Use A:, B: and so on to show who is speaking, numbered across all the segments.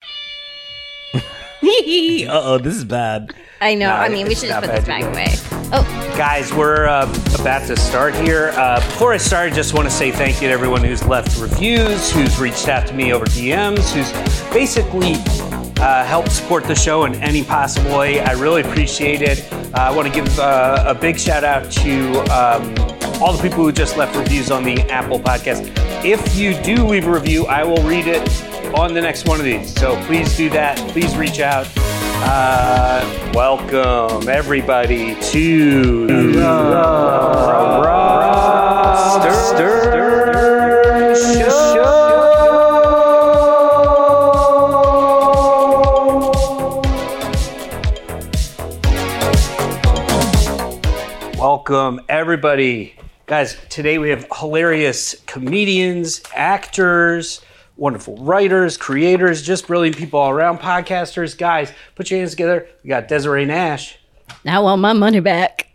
A: uh oh, this is bad.
B: I know.
C: No,
B: I mean, we
C: it's
B: should just
C: not
B: put this
C: bad.
B: back away. Oh,
C: Guys, we're uh, about to start here. Uh, before I start, I just want to say thank you to everyone who's left reviews, who's reached out to me over DMs, who's basically uh, helped support the show in any possible way. I really appreciate it. Uh, I want to give uh, a big shout out to um, all the people who just left reviews on the Apple podcast. If you do leave a review, I will read it on the next one of these. So please do that. Please reach out. Uh, welcome everybody to Stir- Stir- Show. Welcome everybody. Guys, today we have hilarious comedians, actors, wonderful writers, creators, just brilliant people all around, podcasters. Guys, put your hands together. We got Desiree Nash
B: I want my money back.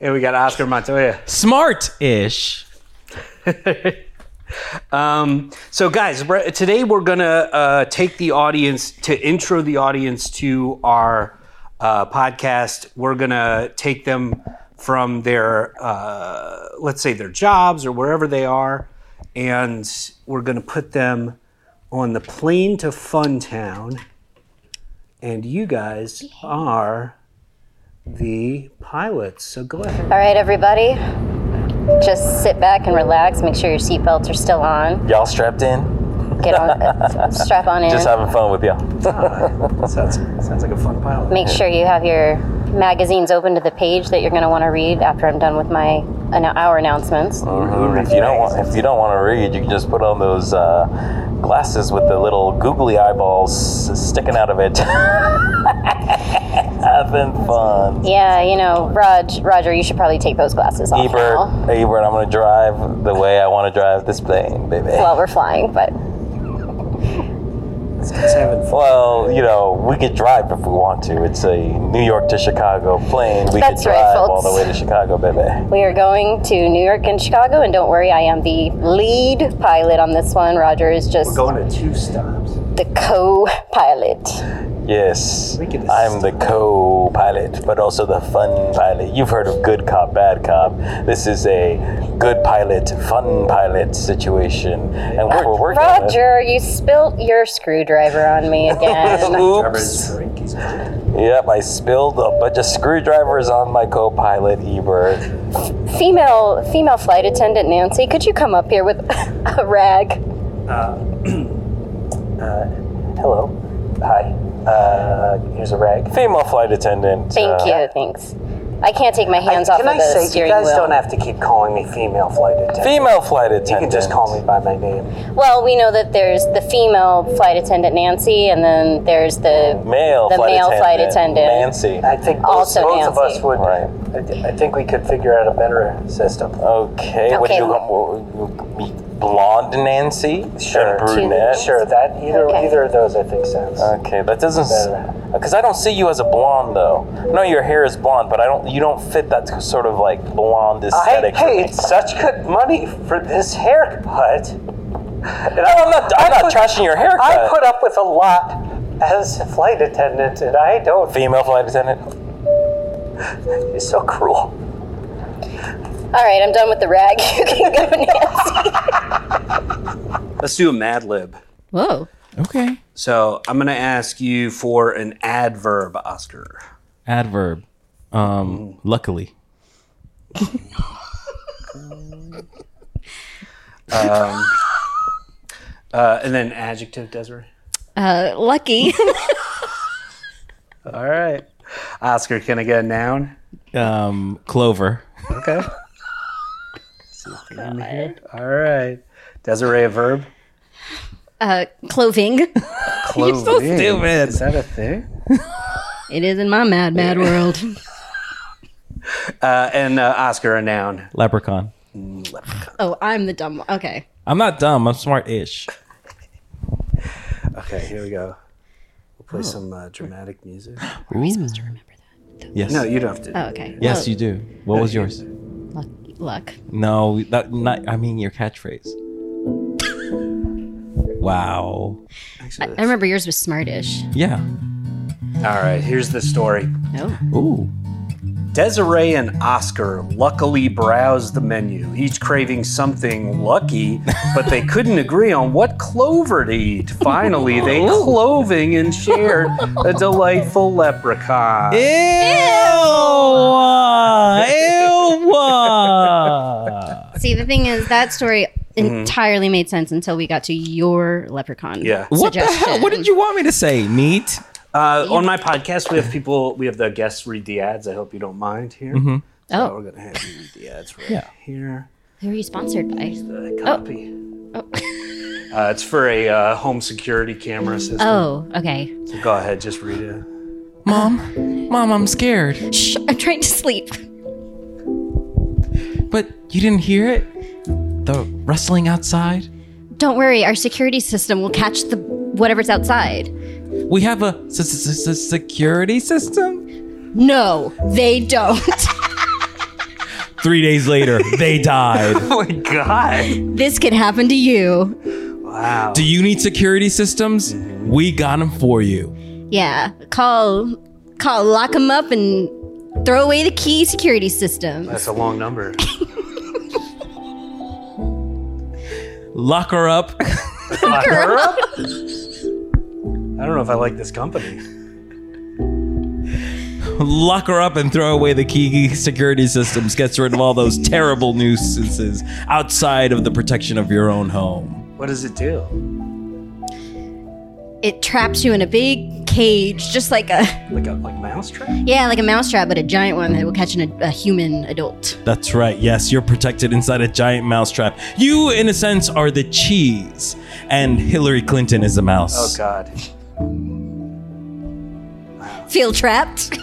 C: and we got Oscar Montoya.
A: Smart ish.
C: Um, so, guys, we're- today we're going to uh, take the audience to intro the audience to our uh, podcast. We're going to take them from their, uh, let's say, their jobs or wherever they are, and we're going to put them on the plane to Funtown. And you guys are the pilots. So go ahead.
D: All right, everybody, just sit back and relax. Make sure your seatbelts are still on.
E: Y'all strapped in?
D: Get on, uh, strap on in.
E: Just having fun with y'all.
C: Sounds, sounds like a fun pilot.
D: Make sure you have your magazines open to the page that you're going to want to read after I'm done with my an hour announcements.
E: Mm-hmm. If you don't want, if you don't want to read, you can just put on those uh, glasses with the little googly eyeballs s- sticking out of it. having fun.
D: Yeah, you know, Raj, Roger, you should probably take those glasses off now
E: Ebert, Ebert, I'm gonna drive the way I want to drive this plane, baby.
D: while we're flying. But
C: It's having fun.
E: Well, you know, we could drive if we want to. It's a New York to Chicago plane. We
D: That's
E: could
D: right,
E: drive all the
D: folks.
E: way to Chicago, baby.
D: we are going to New York and Chicago, and don't worry, I am the lead pilot on this one. Roger is just
C: Going to two stops.
D: the co-pilot.
E: Yes,
C: Look at this.
E: I'm the co-pilot, but also the fun pilot. You've heard of good cop, bad cop. This is a good pilot, fun pilot situation, and we're, we're working on it.
D: Roger, you spilt your screwdriver on me again.
E: Oops. Yep, I spilled a bunch of screwdrivers on my co-pilot Ebert.
D: female female flight attendant Nancy, could you come up here with a rag?
E: Hello, hi. Uh, here's a rag. Female flight attendant.
D: Thank
E: uh,
D: you, thanks. I can't take my hands off
F: Can
D: of
F: I
D: the
F: say,
D: steering
F: you guys
D: wheel.
F: don't have to keep calling me female flight attendant.
E: Female flight
F: You
E: attendant.
F: can just call me by my name.
D: well, we know that there's the female flight attendant Nancy, and then there's the
E: Male
D: the
E: flight
D: male
E: attendant.
D: flight attendant.
E: Nancy.
F: I think
D: Also
F: both, both of
D: Nancy.
F: us would.
E: Right.
F: I, th- I think we could figure out a better system.
E: Okay, what do
D: Okay.
E: you want? You- you- Blonde Nancy?
F: Sure.
E: And brunette?
F: Sure, that either
D: Okay.
F: either of those I think sounds.
E: Okay, that doesn't.
F: Better.
E: Because I don't see you as a blonde, though. I know your hair is blonde, but I don't. You don't fit that sort of like blonde
F: I
E: aesthetic. for me.
F: paid such good money for this haircut. And
E: No, I'm not. I'm not trashing your haircut.
F: I put up with a lot as a flight attendant, and I don't.
E: female flight attendant.
F: It's so cruel.
D: all right, I'm done with the rag. You can go, Nancy.
C: Let's do a Mad Lib.
B: whoa.
A: Okay.
C: So I'm going to ask you for an adverb, Oscar.
A: Adverb. Um, luckily.
C: Uh, and then adjective, Desiree.
B: Uh, lucky.
C: All right. Oscar, can I get a noun?
A: Um, clover.
C: Okay. All right. Desiree, a verb?
B: uh, clothing.
C: Clothing.
A: so stupid.
C: Is that a thing?
B: It is in my mad, mad world.
C: Uh, and uh, Oscar, a noun.
A: Leprechaun.
B: Oh, I'm the dumb one. Okay.
A: I'm not dumb. I'm smart ish.
C: Okay, here we go. We'll play some uh, dramatic music.
B: Were we supposed to remember that?
A: Yes.
C: No, you don't have to.
B: Oh, okay.
A: yes,
B: Oh,
A: you do. What was yours?
B: Luck. luck.
A: No, that, not. I mean your catchphrase. Wow.
B: I, I remember yours was smartish.
A: Yeah.
C: All right, here's the story.
F: Mm.
B: No.
A: Ooh.
C: Desiree and Oscar luckily browsed the menu, each craving something lucky, but they couldn't agree on what clover to eat. Finally, they cloving and shared a delightful leprechaun.
A: Ew. Ew.
B: See, the thing is, that story
C: Mm-hmm.
B: entirely made sense until we got to your leprechaun.
C: Yeah.
A: What the hell? What did you want me to say? Meat?
C: Uh, on my podcast, we have people, we have the guests read the ads. I hope you don't mind here. So
B: Oh,
C: we're gonna have you read the ads right
A: Yeah.
C: here.
B: who are you sponsored by?
D: Oh.
C: Uh, copy. Uh, it's for a uh, home security camera system.
B: Oh, okay.
C: So go ahead, just read it.
A: Mom? Mom, I'm scared.
B: Shh, I'm trying to sleep.
A: But you didn't hear it? The rustling outside?
B: Don't worry, our security system will catch the whatever's outside.
A: We have a s- s- s- s- security system?
B: No, they don't.
A: Three days later, they died.
C: Oh my god!
B: this could happen to you.
C: Wow.
A: Do you need security systems? We got them for you.
B: Yeah, call, call, lock them up and throw away the key security system.
C: That's a long number.
A: Lock her up.
C: Lock her up? I don't know if I like this company.
A: Lock her up and throw away the key security systems. Gets rid of all those terrible nuisances outside of the protection of your own home.
C: What does it do?
B: It traps you in a big cage, just like a
C: Like a like mousetrap?
B: yeah, like a mousetrap, but a giant one that will catch an, a human adult.
A: That's right. Yes, you're protected inside a giant mousetrap. You, in a sense, are the cheese, and Hillary Clinton is the
C: Oh
A: mouse.
C: god.
B: Feel trapped?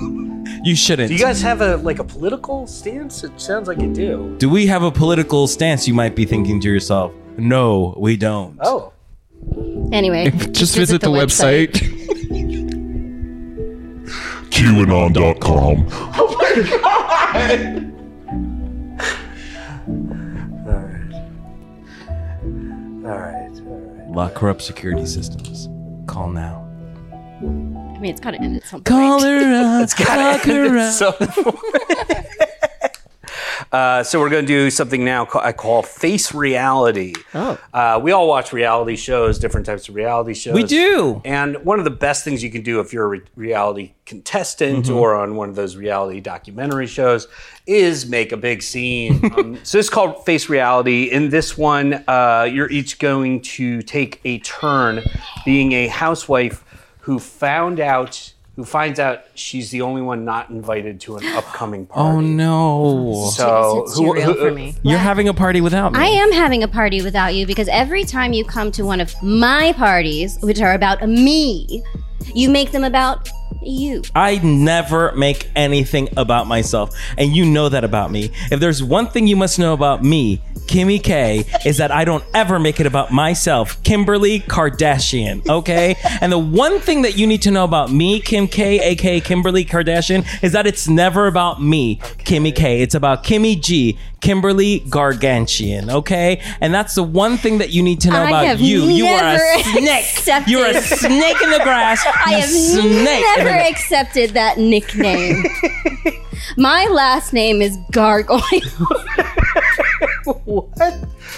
A: You shouldn't.
C: Do you guys have a like a political stance? It sounds like you do.
A: Do we have a political stance? You might be thinking to yourself. No, we don't.
C: Oh.
B: Anyway,
G: Just visit, the, website.
H: QAnon.com.
C: Alright, alright.
A: Lock her up security systems. Call now.
B: I mean, it's gotta end at some
A: Call
B: point.
A: her up. Lock her up.
C: So, uh, so we're going to do something now ca- I call Face Reality.
B: Oh.
C: Uh, we all watch reality shows, different types of reality shows.
A: We do.
C: And one of the best things you can do if you're a re- reality contestant
A: Mm-hmm.
C: or on one of those reality documentary shows is make a big scene. um, so this is called Face Reality. In this one, uh, you're each going to take a turn being a housewife who found out. Who finds out she's the only one not invited to an upcoming party?
A: Oh no.
C: So
B: It's too real for me.
A: You're having a party without me.
B: I am having a party without you because every time you come to one of my parties, which are about me, you make them about you.
A: I never make anything about myself, and you know that about me. If there's one thing you must know about me, Kimmy K, is that I don't ever make it about myself, Kimberly Kardashian, okay? and the one thing that you need to know about me, Kim K, aka Kimberly Kardashian, is that it's never about me, Kimmy K. It's about Kimmy G, Kimberly Gargantian, okay? And that's the one thing that you need to know
B: I
A: about
B: have
A: you. You are a
B: never
A: snake.
B: accepted-
A: You're a snake in the grass.
B: I
A: You
B: have
A: snake in the
B: never accepted that nickname. my last name is Gargoyle.
C: All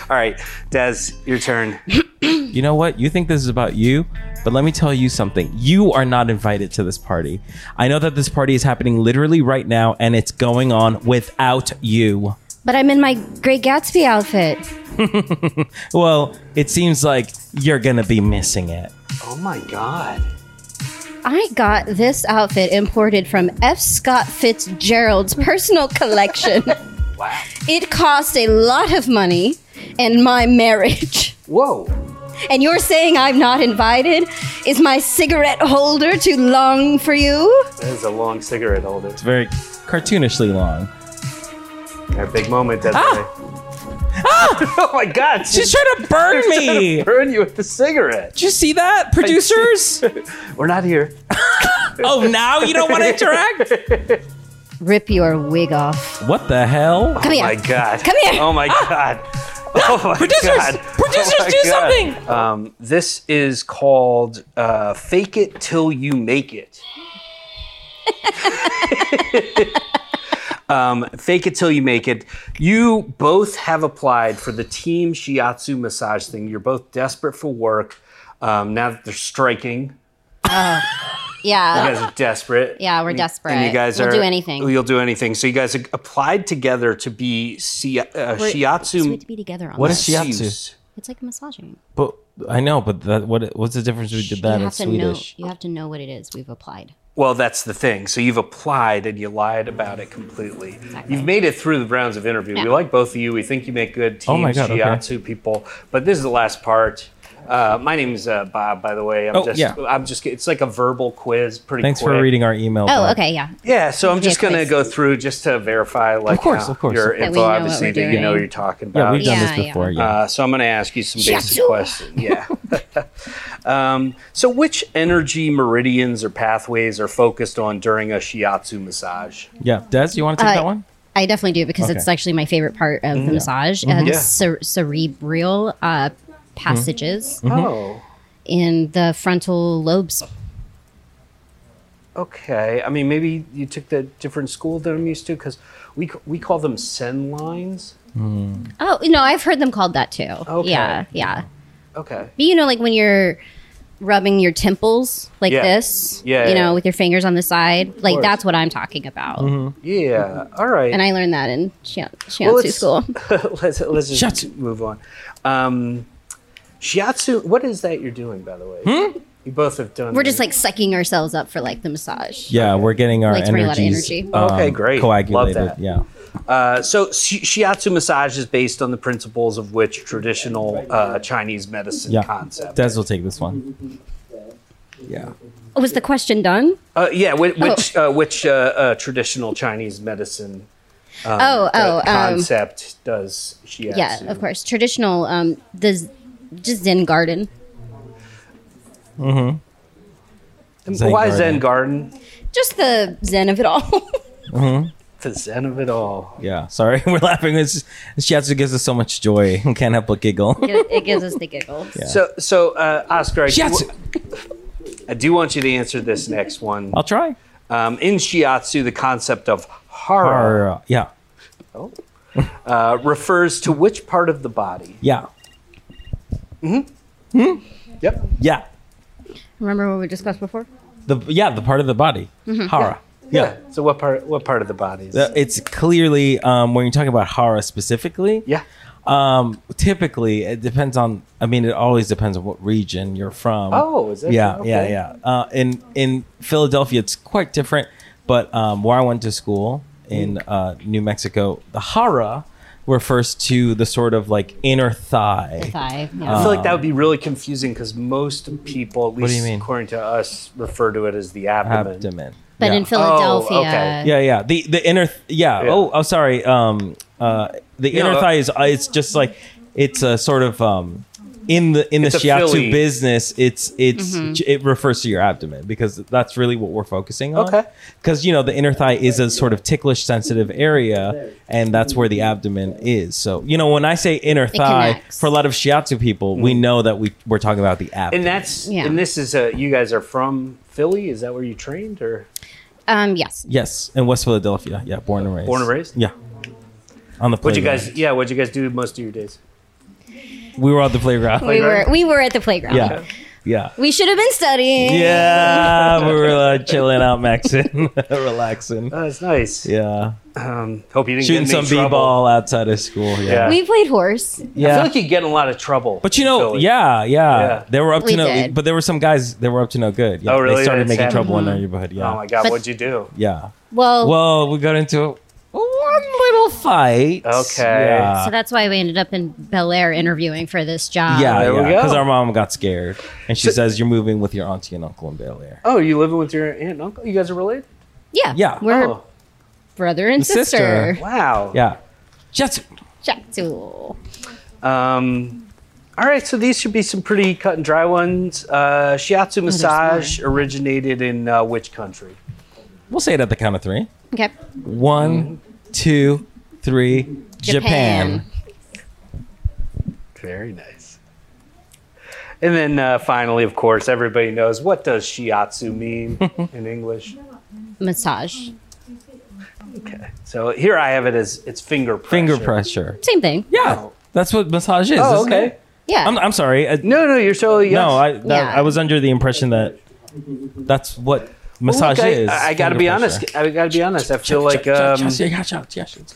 C: right, Des, your turn.
A: You know what? You think this is about you, but let me tell you something. You are not invited to this party. I know that this party is happening literally right now and it's going on without you.
B: but I'm in my Great Gatsby outfit.
A: Well, it seems like you're going to be missing it.
C: Oh my God.
B: I got this outfit imported from F. Scott Fitzgerald's personal collection.
C: Wow.
B: It cost a lot of money and my marriage.
C: Whoa.
B: And you're saying I'm not invited? Is my cigarette holder too long for you?
C: That is a long cigarette holder.
A: It's very cartoonishly long.
C: A big moment, Desiree. oh my God.
A: Ah! She's trying to burn me.
C: burn you with the cigarette.
A: Did you see that, producers?
C: We're not here.
A: oh, now you don't want to interact?
B: Rip your wig off.
A: What the hell?
B: Come
C: Oh
B: here.
C: my God.
B: Come here. Ah.
C: Oh my God. Oh my
A: Producers!
C: God.
A: Producers,
C: Oh my
A: do
C: God.
A: something!
C: Um, this is called uh, Fake It Till You Make It. um, fake It Till You Make It. You both have applied for the Team Shiatsu massage thing. You're both desperate for work. Um, now that they're striking, you
B: Yeah.
C: guys are desperate.
B: Yeah, we're
C: Uh, And-
B: desperate.
C: And you guys
B: We'll
C: are
B: do anything.
C: You'll do anything. So you guys applied together to be si- uh,
B: We're- It's
C: shiatsu.
B: sweet to be together on
A: What
B: this.
A: is shiatsu?
C: masseuse.
B: It's like massaging.
A: But I know, but that, what what's the difference between that
B: you
A: and
B: have to know.
A: Swedish?
B: You have to know what it is. We've applied.
C: Well, that's the thing. So you've applied and you lied about it completely. You've made it through the rounds of interview. We
B: No.
C: like both of you. We think you make good teams,
A: Oh my God, okay.
C: shiatsu people. But this is the last part. Uh, my name's uh, Bob, by the way. I'm
A: Oh,
C: just,
A: yeah.
C: I'm just. It's like a verbal quiz. Pretty.
A: Thanks
C: quick.
A: for reading our email.
B: Oh,
A: Bob.
B: okay, yeah.
C: Yeah, so I'm
B: Give me a
C: just gonna
B: quiz.
C: go through just to verify, like,
A: Of course,
C: uh,
A: of course.
C: your
B: That we
C: info,
B: know what
C: obviously,
B: we're
C: that you know
B: doing.
C: what you're talking
A: Yeah,
C: about.
A: we've done
B: Yeah,
A: this
B: yeah.
A: before. Yeah.
C: Uh, so I'm going to ask you some basic
B: Shiatsu.
C: questions. Yeah. um, so which energy meridians or pathways are focused on during a shiatsu massage?
A: yeah. Des, you want to take
B: uh,
A: that one?
B: I definitely do because it's
A: Okay. Mm-hmm.
B: actually my favorite part of the massage and
C: Yeah.
B: cer- cerebral uh,
A: Mm-hmm.
B: passages
C: Oh,
B: in the frontal lobes.
C: okay. I mean, maybe you took that different school that I'm used to because we c- we call them sen lines.
B: Oh no, I've heard them called that too.
C: Okay.
B: Yeah, yeah.
C: Okay.
B: But you know, like when you're rubbing your temples like
C: Yeah.
B: this,
C: Yeah,
B: you
C: yeah.
B: know, with your fingers on the side, like
C: course. Mm-hmm.
B: that's what I'm talking about.
C: Yeah. All right.
B: And I learned that in Shian-
C: Well,
B: Shiatsu
C: let's-
B: school.
C: let's let's just
A: Shiatsu.
C: move on. Um, shiatsu. What is that you're doing, by the way? You both have done.
B: We're just like psyching ourselves up for like the massage.
A: Yeah, we're getting our
B: Like to bring a lot of
A: energies, um,
B: energy.
C: Okay, great. Love
A: Coagulated.
C: that.
A: Yeah.
C: Uh, so shi- shiatsu massage is based on the principles of which traditional uh, Chinese medicine
A: Yeah.
C: concept.
A: Des will take this one. Yeah.
B: Oh, was the question done?
C: uh, yeah, which
B: Oh.
C: which, uh, which uh, uh, traditional Chinese medicine
B: oh, oh,
C: uh,
B: um,
C: concept does shiatsu?
B: yeah, of course. Traditional, um, the z- just Zen garden
A: Zen
C: Why
A: garden.
C: Zen garden?
B: just the zen of it all.
C: The Zen of it all.
A: Yeah. Sorry, we're laughing. It's just, shiatsu gives us so much joy. We can't help but giggle.
B: it, it gives us the giggles.
C: So so uh, Oscar, I do,
A: Shiatsu.
C: I do want you to answer this next one.
A: I'll try.
C: Um, in shiatsu, the concept of hara
A: Or, uh, yeah.
C: uh, refers to which part of the body?
A: Yeah.
C: Yep.
A: Yeah.
B: Remember what we discussed before?
A: The yeah the part of the body.
B: Mm-hmm.
A: Hara. Yeah.
C: So what part? What part of the body? Is
A: Uh, It's clearly um, when you're talking about hara specifically.
C: Yeah.
A: Um, typically, it depends on. I mean, it always depends on what region you're from.
C: Oh, is that-
A: yeah, yeah,
C: okay.
A: yeah. Uh, in in Philadelphia, it's quite different. But um, where I went to school in uh, New Mexico, the hara refers to the sort of like inner thigh.
B: Five.
C: I
B: Yeah.
C: feel like that would be really confusing because most people, at least
A: Um, do you mean?
C: according to us, refer to it as the abdomen.
A: abdomen.
B: but
A: yeah.
B: in Philadelphia,
C: okay.
A: yeah, yeah. The the inner th- yeah.
C: Yeah.
A: Oh, oh, sorry. Um, uh, the
C: No,
A: inner
C: uh,
A: thigh is uh, it's just like it's a sort of um in the in the
C: It's a
A: shiatsu
C: Philly-
A: business. It's it's it refers to your abdomen because that's really what we're focusing on.
C: Okay.
A: Because you know the inner thigh is a sort of ticklish sensitive area, and that's where the abdomen is. So you know when I say inner thigh,
B: connects.
A: for a lot of shiatsu people, we know that we we're talking about the abdomen.
C: Mm-hmm. And that's
B: Yeah.
C: and this is a, you guys are from Philly. Is that where you trained or?
B: um, yes,
A: yes, in West Philadelphia. Yeah, born and raised.
C: Born and raised?
A: Yeah. On the
C: What you
A: playground.
C: guys? Yeah, what you guys do most of your days?
A: We were on the playground.
B: we were
C: Playground?
B: we were at the playground.
A: yeah. Yeah.
B: We should have been studying.
A: Yeah. We were uh, chilling out, maxing, relaxing.
C: Oh, that's nice.
A: Yeah.
C: Um, hope you didn't
A: Shooting
C: get in
A: some b
C: any trouble.
A: ball outside of school.
C: Yeah.
A: Yeah.
B: We played horse.
C: I feel
A: Yeah.
C: like you get in a lot of trouble.
A: But you
C: in
A: know,
C: Philly.
A: yeah, yeah,
C: Yeah.
A: They were up
B: We
A: to no
B: did.
A: but there were some guys that were up to no good. Yeah.
C: Oh, really?
A: They started
C: That's
A: making
C: happened?
A: trouble in our neighborhood. Yeah.
C: Oh my God,
B: But-
C: what'd you do?
A: Yeah.
B: Well,
A: Well, we got into a one little fight.
C: Okay.
A: Yeah.
B: so that's why we ended up in Bel Air interviewing for this job.
A: yeah,
C: There we go.
A: Because our mom got scared, and she says, "You're moving with your auntie and uncle in Bel Air."
C: Oh, you living with your aunt and uncle? You guys are related?
B: yeah,
A: Yeah.
B: We're
C: Oh,
B: brother and
A: Sister.
B: sister.
C: wow.
A: Yeah, just
B: Shiatsu.
C: Um, all right, so these should be some pretty cut and dry ones. Uh, shiatsu massage originated in uh, which country?
A: we'll say it at the count of three.
B: Okay.
A: One, two, three. Japan.
C: Very nice. And then uh, finally, of course, everybody knows what does shiatsu mean in English.
B: Massage.
C: So here I have it as it's finger pressure.
A: Finger pressure.
B: Same thing.
A: Yeah, that's what massage is.
C: Oh,
A: isn't
C: okay.
A: it?
B: Yeah.
A: I'm, I'm sorry. I, no,
C: No, no, you're so yes.
A: I that,
B: Yeah.
A: I was under the impression that that's what massage
C: Look, I-
A: is.
C: I, I gotta
A: finger
C: be
A: pressure.
C: honest. I gotta be honest. I feel like um,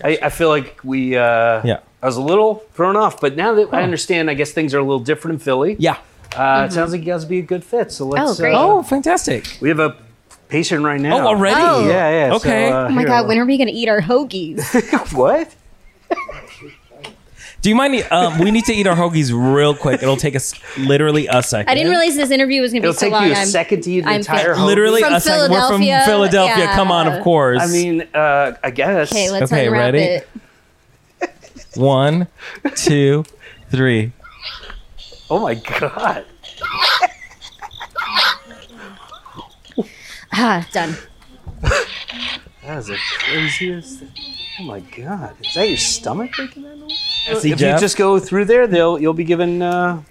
C: I, I feel like we. Uh,
A: Yeah. Oh.
C: I was a little thrown off, but now that I understand, I guess things are a little different in Philly.
A: yeah.
C: Uh, It sounds like you guys would be a good fit. So let's.
B: Oh, great.
C: uh,
A: Mm-hmm. Oh, fantastic.
C: we have a patient right now.
A: Oh, already?
B: Oh.
C: Yeah, yeah. so,
A: Okay.
C: uh,
B: Oh my
C: here,
B: god, when are we gonna eat our hoagies?
C: what?
A: Do you mind? Um, we need to eat our hoagies real quick. It'll take us literally a second.
B: I didn't realize this interview was gonna be
C: It'll
B: so
C: take
B: long.
C: you a
B: I'm-
C: second to eat the
B: I'm
C: entire.
B: fit.
C: whole-
A: Literally
B: From
A: a second. We're from
B: Philadelphia?
A: Philadelphia.
B: Yeah.
A: Come on, of course.
C: I mean, uh, I guess.
B: Okay, let's
A: Okay,
B: unwrap
A: ready?
B: it.
A: one, two, three.
C: oh my god.
B: Ah, done.
C: That is the craziest. Oh my god! Is that your stomach making that noise?
A: See,
C: if
A: Jeff?
C: you just go through there, they'll you'll be given uh,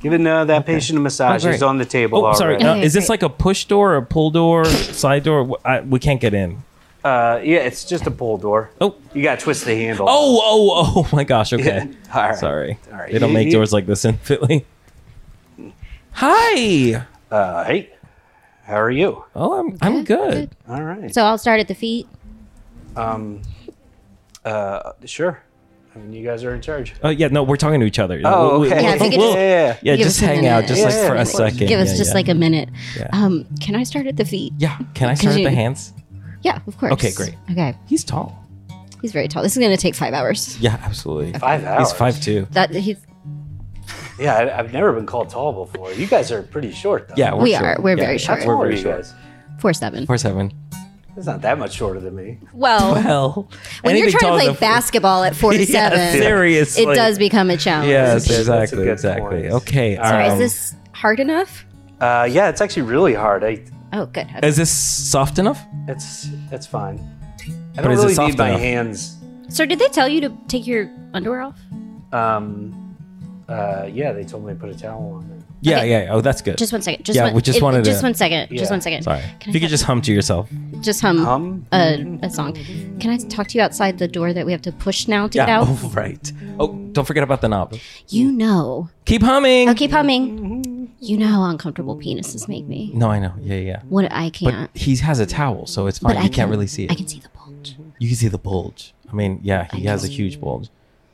C: given uh, that patient a massage.
A: Oh,
C: He's
A: great.
C: on the table.
A: Oh, sorry.
C: already.
A: Uh,
B: Okay,
A: is this
B: great.
A: like a push door, a pull door, side door? Wh- I, we can't get in.
C: Uh, yeah, it's just a pull door.
A: Oh,
C: You gotta twist the handle.
A: oh, oh, oh my gosh. Okay.
C: Yeah. All right.
A: Sorry.
C: All right.
A: They don't make
C: You-
A: doors like this in Philly. Hi.
C: Uh, hey, how are you?
A: Oh, I'm, I'm good.
C: All right.
B: So I'll start at the feet.
C: Uh, sure. I mean, you guys are in charge.
A: Oh, yeah. No, we're talking to each other.
C: Oh, okay.
B: Yeah, if you could just-
C: yeah, yeah.
A: yeah,
B: Give
A: just
B: us a
A: hang out,
B: minute.
A: just
B: Yeah,
A: like
C: yeah,
A: for a
C: of course.
A: second.
B: Give us
A: Yeah,
B: just
A: yeah.
B: like a minute.
A: Yeah.
B: Um, can I start at the feet?
A: Yeah. Can I start with
B: you-
A: the hands?
B: Yeah, of course.
A: Okay, great.
B: Okay.
A: He's tall.
B: He's very tall. This is gonna take five hours.
A: Yeah, absolutely.
C: Five hours.
A: He's five two.
B: That he's
C: Yeah, I, I've never been called tall before. You guys are pretty short, though.
A: Yeah, we're
B: we
A: short.
B: are. We're
A: Yeah,
B: very
C: How
B: short.
C: tall are
A: very
C: you
A: short.
C: guys?
B: Four seven.
A: Four seven.
C: It's not that much shorter than me.
B: Well,
A: Well,
B: when you're trying to
A: anything taller
B: play
A: than four-
B: basketball at four to
A: Yeah,
B: seven,
A: seriously.
B: it does become a challenge.
A: Yes,
C: That's a
A: exactly,
C: good
A: exactly.
C: point.
A: Okay.
C: All
B: Sorry,
C: right.
B: is this hard enough?
C: Uh, yeah, it's actually really hard. I,
B: Oh, good.
A: Is this soft enough?
C: it's it's fine. I
A: But
C: don't
A: is it
C: really
A: soft
C: need my
A: enough?
C: hands.
B: Sir, did they tell you to take your underwear off?
C: Um, uh, yeah, they told me to put a towel on it.
A: Yeah,
B: Okay.
A: yeah. yeah. Oh, that's good.
B: Just one second. Just
A: Yeah,
B: one,
A: we just
B: it-
A: wanted
B: Just
A: to-
B: one second.
C: Yeah.
B: Just one second.
A: Sorry.
B: Can
A: If you
B: I
A: could just hum to yourself.
B: Just hum,
A: Uh-huh.
C: Hum?
B: A, a song. Can I talk to you outside the door that we have to push now to get out?
A: Oh, right. Oh, don't forget about the knob.
B: You know.
A: Keep humming.
B: I'll keep humming. You know how uncomfortable penises make me.
A: No, I know. Yeah, yeah. yeah.
B: What I
A: But
B: can't.
A: he has a towel, so it's fine.
B: I
A: you can't really see it.
B: I can see the bulge.
A: You can see the bulge. I mean, yeah, he has a huge bulge.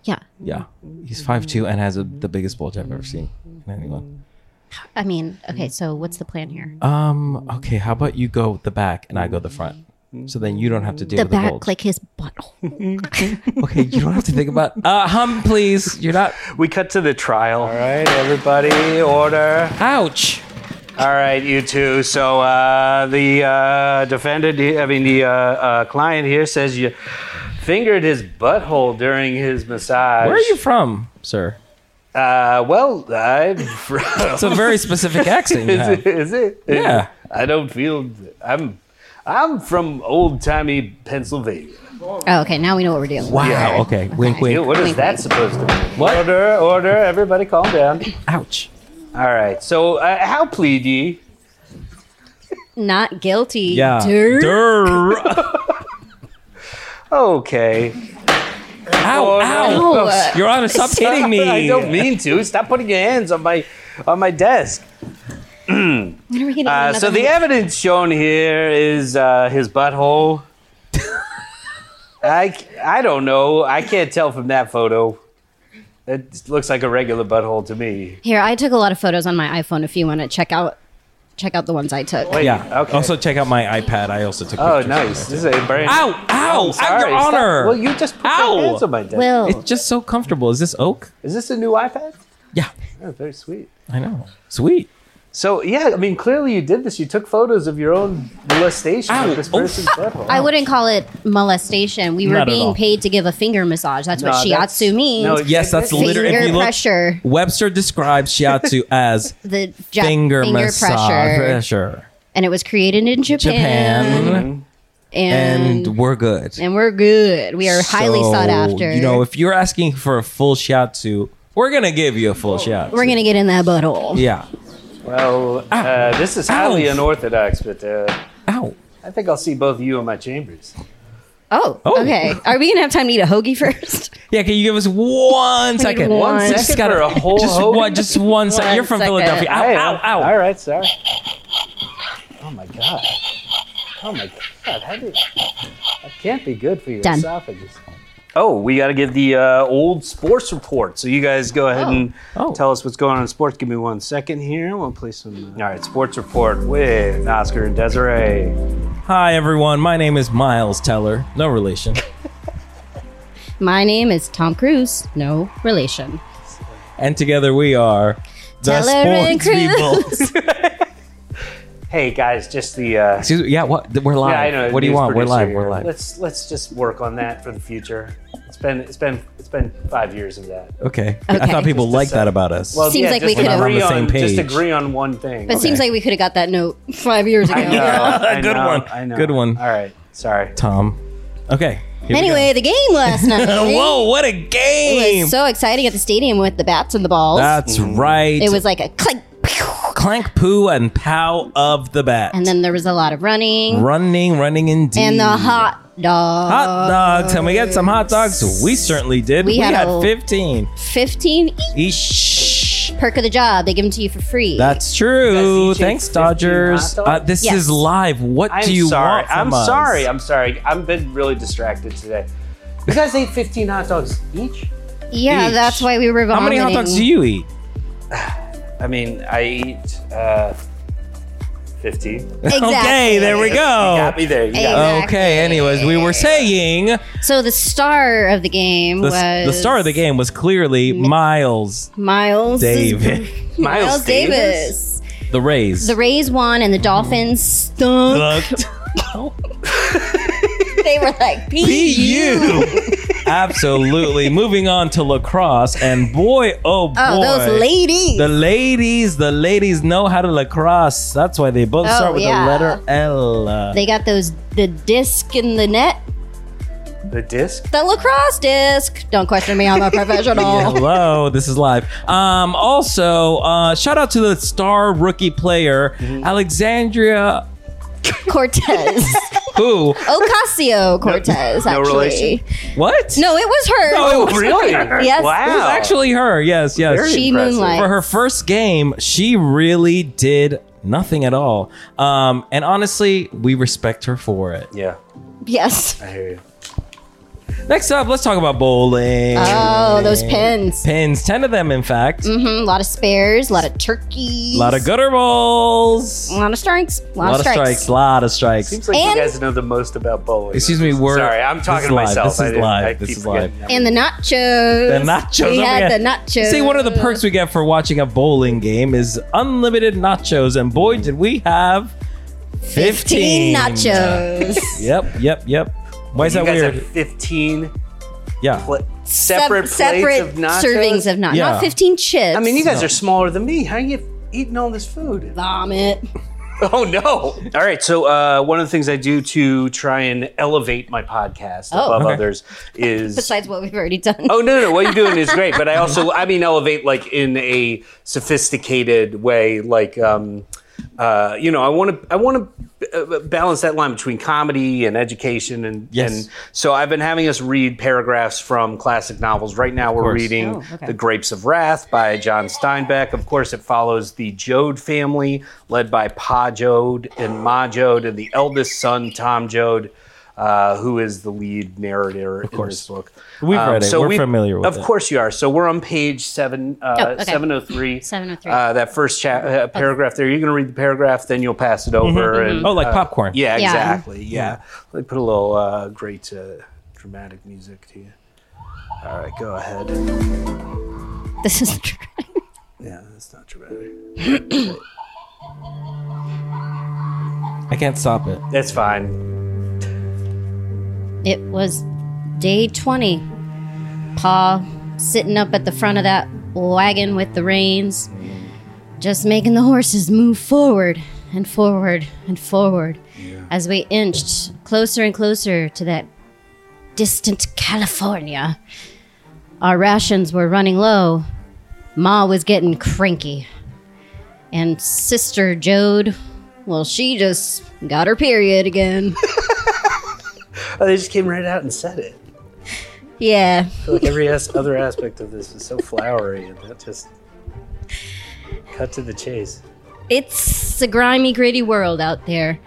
B: Yeah.
A: Yeah. He's five two and has a, the biggest bulge I've ever seen in anyone.
B: I mean, okay, so what's the plan here?
A: Um, okay, how about you go the back and I go the front? So then you don't have to deal
B: the
A: with the
B: back,
A: bulge.
B: like his butthole.
A: okay, you don't have to think about uh hum please. You're not
C: We cut to the trial. All right, everybody, order.
A: ouch.
C: All right, you two. So uh, the uh, defendant, I mean the uh, uh, client here says you fingered his butthole during his massage.
A: Where are you from, sir?
C: Uh, well, I'm from.
A: It's a very specific accent you
C: is,
A: have.
C: it, is it?
A: Yeah.
C: I don't feel. I'm. I'm from old timey Pennsylvania.
B: Oh, okay, now we know what we're doing.
A: Wow,
C: Yeah.
A: okay. Wink
C: Ew,
A: wink.
C: what is that supposed to mean?
A: What?
C: Order, order, everybody, calm down.
A: Ouch.
C: All right. So, uh, how plead ye?
B: Not guilty.
A: Yeah.
B: Durr.
A: Durr. Ow,
C: Okay.
A: ow.
B: Oh, uh,
A: Your Honor, stop hitting me.
C: I don't mean to. Stop putting your hands on my on my desk.
B: when are we gonna
C: Uh,
B: get
C: so
B: another
C: the evidence shown here is uh, his butthole. I, c- I don't know. I can't tell from that photo. It looks like a regular butthole to me.
B: Here, I took a lot of photos on my iPhone. If you want to check out, check out the ones I took.
C: Wait,
A: Yeah.
C: Okay.
A: Also check out my iPad. I also took
C: oh,
A: pictures.
C: nice. This is a brand.
A: Ow, ow, ow,
C: Sorry,
A: Your
C: stop.
A: Honor.
C: Well, you just put
A: Ow.
C: your hands on my desk.
B: Will,
A: It's just so comfortable. Is this oak?
C: Is this a new iPad?
A: Yeah,
C: Oh, very sweet.
A: I know. Sweet.
C: So yeah, I mean, clearly you did this. You took photos of your own molestation
A: Ow.
C: of this
A: Oh.
C: person's butthole.
B: I wouldn't call it molestation. We were
A: Not at all.
B: being paid to give a finger massage. That's
C: No,
B: what
C: that's-
B: shiatsu means.
C: no,
A: Yes, that's
C: Finger
A: literally. If you
B: finger
A: look,
B: pressure.
A: Webster describes shiatsu as
B: The ja-
A: finger, massage
B: pressure.
A: pressure.
B: And it was created in Japan.
A: Japan,
B: And,
A: and
B: and
A: we're good.
B: we're good. We are highly
A: So,
B: sought after.
A: You know, if you're asking for a full shiatsu We're gonna give you a full shout.
B: We're gonna get in that butthole.
A: yeah.
C: Well, uh, this is highly
A: Ow.
C: unorthodox, but uh,
A: Ow.
C: I think I'll see both of you in my chambers.
B: Oh,
A: Oh.
B: okay. Are we gonna have time to eat a hoagie first?
A: Yeah, can you give us one second?
B: one
A: Just
C: second
A: gotta-
C: for a whole
A: just
C: hoagie?
A: one, just one second.
B: One
A: You're from
B: second.
A: Philadelphia. Ow,
C: Hey,
A: ow, ow.
C: All right, sorry. Oh my god. Oh my god. How did that can't be good for your
B: Done.
C: esophagus. Oh, we got to give the uh, old sports report. So you guys go ahead and
A: Oh.
C: tell us what's going on in sports. Give me one second here. We'll play some. Uh... All right, sports report with Oscar and Desiree.
A: Hi everyone, my name is Miles Teller. No relation.
B: My name is Tom Cruise. No relation.
A: and together we are the
B: Teller and
A: sports people.
C: Hey guys, just the. Uh,
A: Excuse me. Yeah, what? We're live.
C: Yeah, I know.
A: What do you
C: news
A: want? We're
C: producer
A: live.
C: here.
A: We're live.
C: Let's let's just work on that for the future. It's been it's been it's been five years of that.
A: Okay. I
B: Okay.
A: thought people
C: Just
A: liked
C: decide.
A: that about us.
C: Well,
B: Seems
C: yeah,
B: like we
C: just
B: could've-
C: agree
A: We're not on
C: on
A: the same
C: just
A: page.
C: agree on one thing.
B: But it seems like we could have got that note five years ago.
C: I know, I
A: Good
C: know,
A: one.
C: I know.
A: Good one.
C: All right. Sorry.
A: Tom. Okay. here we go.
B: Anyway, the game last night.
A: Whoa! What a
B: It
A: game!
B: was so exciting at the stadium with the bats and the balls.
A: That's right.
B: it was like a click, pew,
A: clank, poo, and pow of the bat.
B: and then there was a lot of running
A: running, running indeed.
B: and the hot dog.
A: hot dogs, and we got some hot dogs. We certainly did.
B: We
A: We,
B: had
A: had,
B: a-
A: fifteen.
B: Fifteen each.
A: Eesh.
B: perk of the job. They give them to you for free.
A: That's
C: You
A: true.
C: guys each ate
A: Thanks,
C: 15
A: Dodgers.
C: hot dogs?
A: Uh, this
B: Yes.
A: is live. What
C: I'm
A: do you
C: sorry.
A: want
C: I'm
A: from us?
C: sorry. I'm sorry. I've been really distracted today. You guys ate 15 hot dogs each.
B: yeah,
A: each.
B: that's why we were
A: How
B: vomiting.
A: many hot dogs do you eat?
C: I mean, I eat uh, 15. You
B: Exactly.
A: Okay, there we go.
C: got me there. You got me.
B: Exactly.
A: Okay, anyways, we were saying the,
B: So the star of the game was
A: the star of the game was clearly Miles
B: Miles
A: David.
B: Miles,
C: Miles
B: Davis.
C: Davis?
A: The Rays.
B: The Rays won and the Dolphins stunk.
A: Looked
B: they were like, "P.U."
A: you. Absolutely. Moving on to lacrosse, and boy, oh boy,
B: Oh, those ladies.
A: the ladies, the ladies know how to lacrosse. That's why they both
B: Oh,
A: start with
B: yeah.
A: the letter L.
B: they got those the disc in the net,
C: The disc.
B: the lacrosse disc. Don't question me, I'm a professional.
A: Hello, this is live. Um, also, uh, shout out to the star rookie player Alexandria,
B: Cortez,
A: who
B: Oh. Ocasio Cortez.
C: no
B: actually,
C: relation?
A: what?
B: no, it was her.
A: No, it was
C: Oh, Really?
B: Yes.
A: It was
C: Wow.
A: actually her. Yes, yes.
C: Very
B: she
C: impressive.
B: moonlight.
A: for her first game, she really did nothing at all. Um, and honestly, we respect her for it.
C: Yeah,
B: Yes.
C: I hear you.
A: Next up, let's talk about bowling.
B: Oh, those pins.
A: Pins, 10 of them, in fact.
B: hmm A lot of spares, a lot of turkeys,
A: A lot of gutter balls.
B: a lot of strikes, a lot,
A: lot of strikes, a lot of strikes.
C: Seems like
B: And-
C: you guys know the most about bowling.
A: Excuse me, we're-
C: sorry. I'm
A: this
C: talking
A: is
C: to
A: live,
C: myself.
A: this
C: I
A: is
C: didn't-
A: live,
C: I
A: this
C: keep
A: is live.
C: forgetting.
B: And the nachos.
A: The nachos.
B: We
A: don't
B: had
A: forget.
B: the nachos.
A: See, one of the perks we get for watching a bowling game is unlimited nachos, and boy, did we have 15,
B: Fifteen nachos.
A: Yep, yep, yep. Why is
C: you
A: that
C: guys
A: weird?
C: have 15
A: yeah.
C: pla- separate,
B: Sep- separate
C: plates of nachos.
B: servings of nachos.
A: Yeah.
B: Not fifteen chips.
C: I mean, you guys are smaller than me. How you eating all this food?
B: vomit.
C: Oh no! All right. So uh, one of the things I do to try and elevate my podcast
B: Oh.
C: above
A: Okay.
C: others is
B: Besides what we've already done.
C: Oh no, no, no, what you're doing is great, but I also I mean elevate like in a sophisticated way, like um, uh, you know I want to I want to balance that line between comedy and education and
A: Yes.
C: and so I've been having us read paragraphs from classic novels. Right now we're
A: course.
C: reading
B: Oh, okay.
C: The Grapes of Wrath by John Steinbeck. Of course, it follows the Joad family led by Pa Joad and Ma Joad and the eldest son Tom Joad. Uh, who is the lead narrator of in this book?
A: We've read it. We're familiar with
C: Um, of
A: it.
C: Of course you are. So we're on page seven, uh,
B: Oh, okay.
C: 703.
B: 703.
C: Uh, that first cha- uh, paragraph there. You're going to read the paragraph, then you'll pass it over. And,
A: Oh, like
C: uh,
A: popcorn.
C: yeah,
B: Yeah.
C: exactly. Yeah. Let me put a little uh, great uh, dramatic music to you. All right, go ahead.
B: This is true.
C: Yeah, that's not dramatic.
A: I can't stop it.
C: That's fine.
B: It was day 20. Pa sitting up at the front of that wagon with the reins, just making the horses move forward and forward and forward as we inched closer and closer to that distant California. Our rations were running low, Ma was getting cranky. And Sister Jode, well, she just got her period again.
C: Oh, they just came right out and said it.
B: yeah.
C: I feel like every as- other aspect of this is so flowery, and that just cut to the chase.
B: It's a grimy, gritty world out there.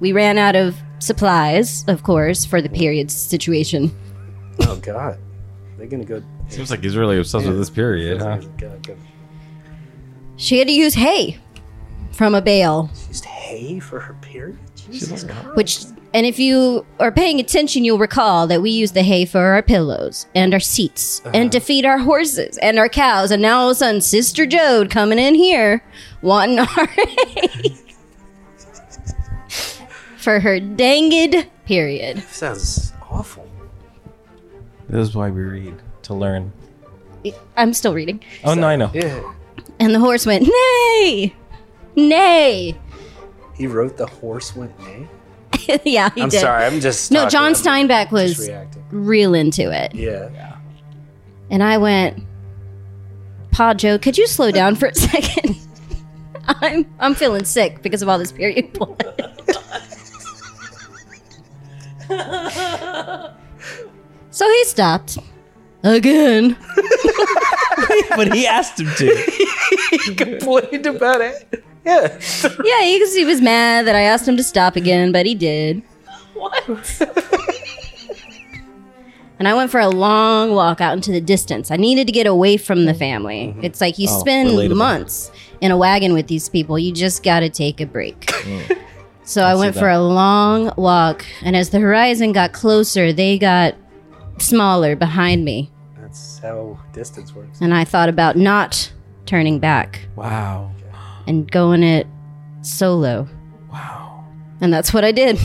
B: We ran out of supplies, of course, for the period situation.
C: Oh God, they're gonna go.
I: Seems like he's really obsessed with this period, huh?
C: Gonna go.
B: She had to use hay from a bale,
C: Used hay for her period. Jesus Christ.
B: which, and if you are paying attention, you'll recall that we use the hay for our pillows and our seats
C: Uh-huh.
B: and to feed our horses and our cows. And now all of a sudden, Sister Jode coming in here wanting our hay for her danged period.
C: Sounds awful.
A: This is why we read to learn.
B: I'm still reading.
A: Oh no, I know.
C: Yeah,
B: And the horse went, Nay! Nay!
C: he wrote the horse went nay.
B: yeah, he
C: I'm
B: did.
C: sorry, I'm just
B: No,
C: talking,
B: John
C: I'm
B: Steinbeck
C: just
B: was
C: reacting.
B: real into it.
C: Yeah.
B: And I went, Pa Joe, could you slow down for a second? I'm I'm feeling sick because of all this period blood. so he stopped. Again.
A: But he asked him to.
C: complained about it. Yeah.
B: Yeah, he, 'cause he was mad that I asked him to stop again, but he did. What? and I went for a long walk out into the distance. I needed to get away from the family. It's like you
C: Oh,
B: spend
A: relatable.
B: months in a wagon with these people, you just got to take a break. so I, went
A: that.
B: for a long walk, and as the horizon got closer, they got smaller behind me.
C: That's how distance works.
B: And I thought about not turning back
A: Wow.
B: and going it solo. Wow. And that's what I did.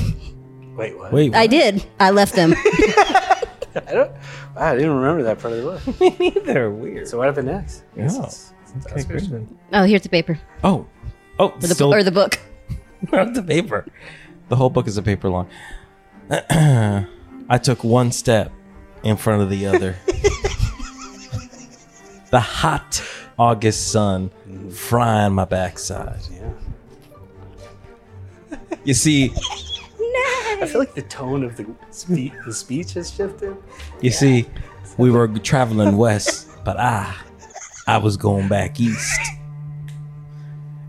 C: Wait, what?
A: Wait.
B: I did. I left them.
C: I don't. Wow, I didn't remember that part of the book.
A: Me neither. Weird.
C: So what happened next?
A: Yeah. Okay, great.
B: oh, here's the paper
A: Oh. Oh,
B: or the,
A: still
B: or the book.
A: the paper. The whole book is a paper long. I took one step in front of the other. the hot August sun frying my backside. You see,
C: I feel like the tone of the spe- the speech has shifted.
A: you see, we were traveling west, but I, I was going back east.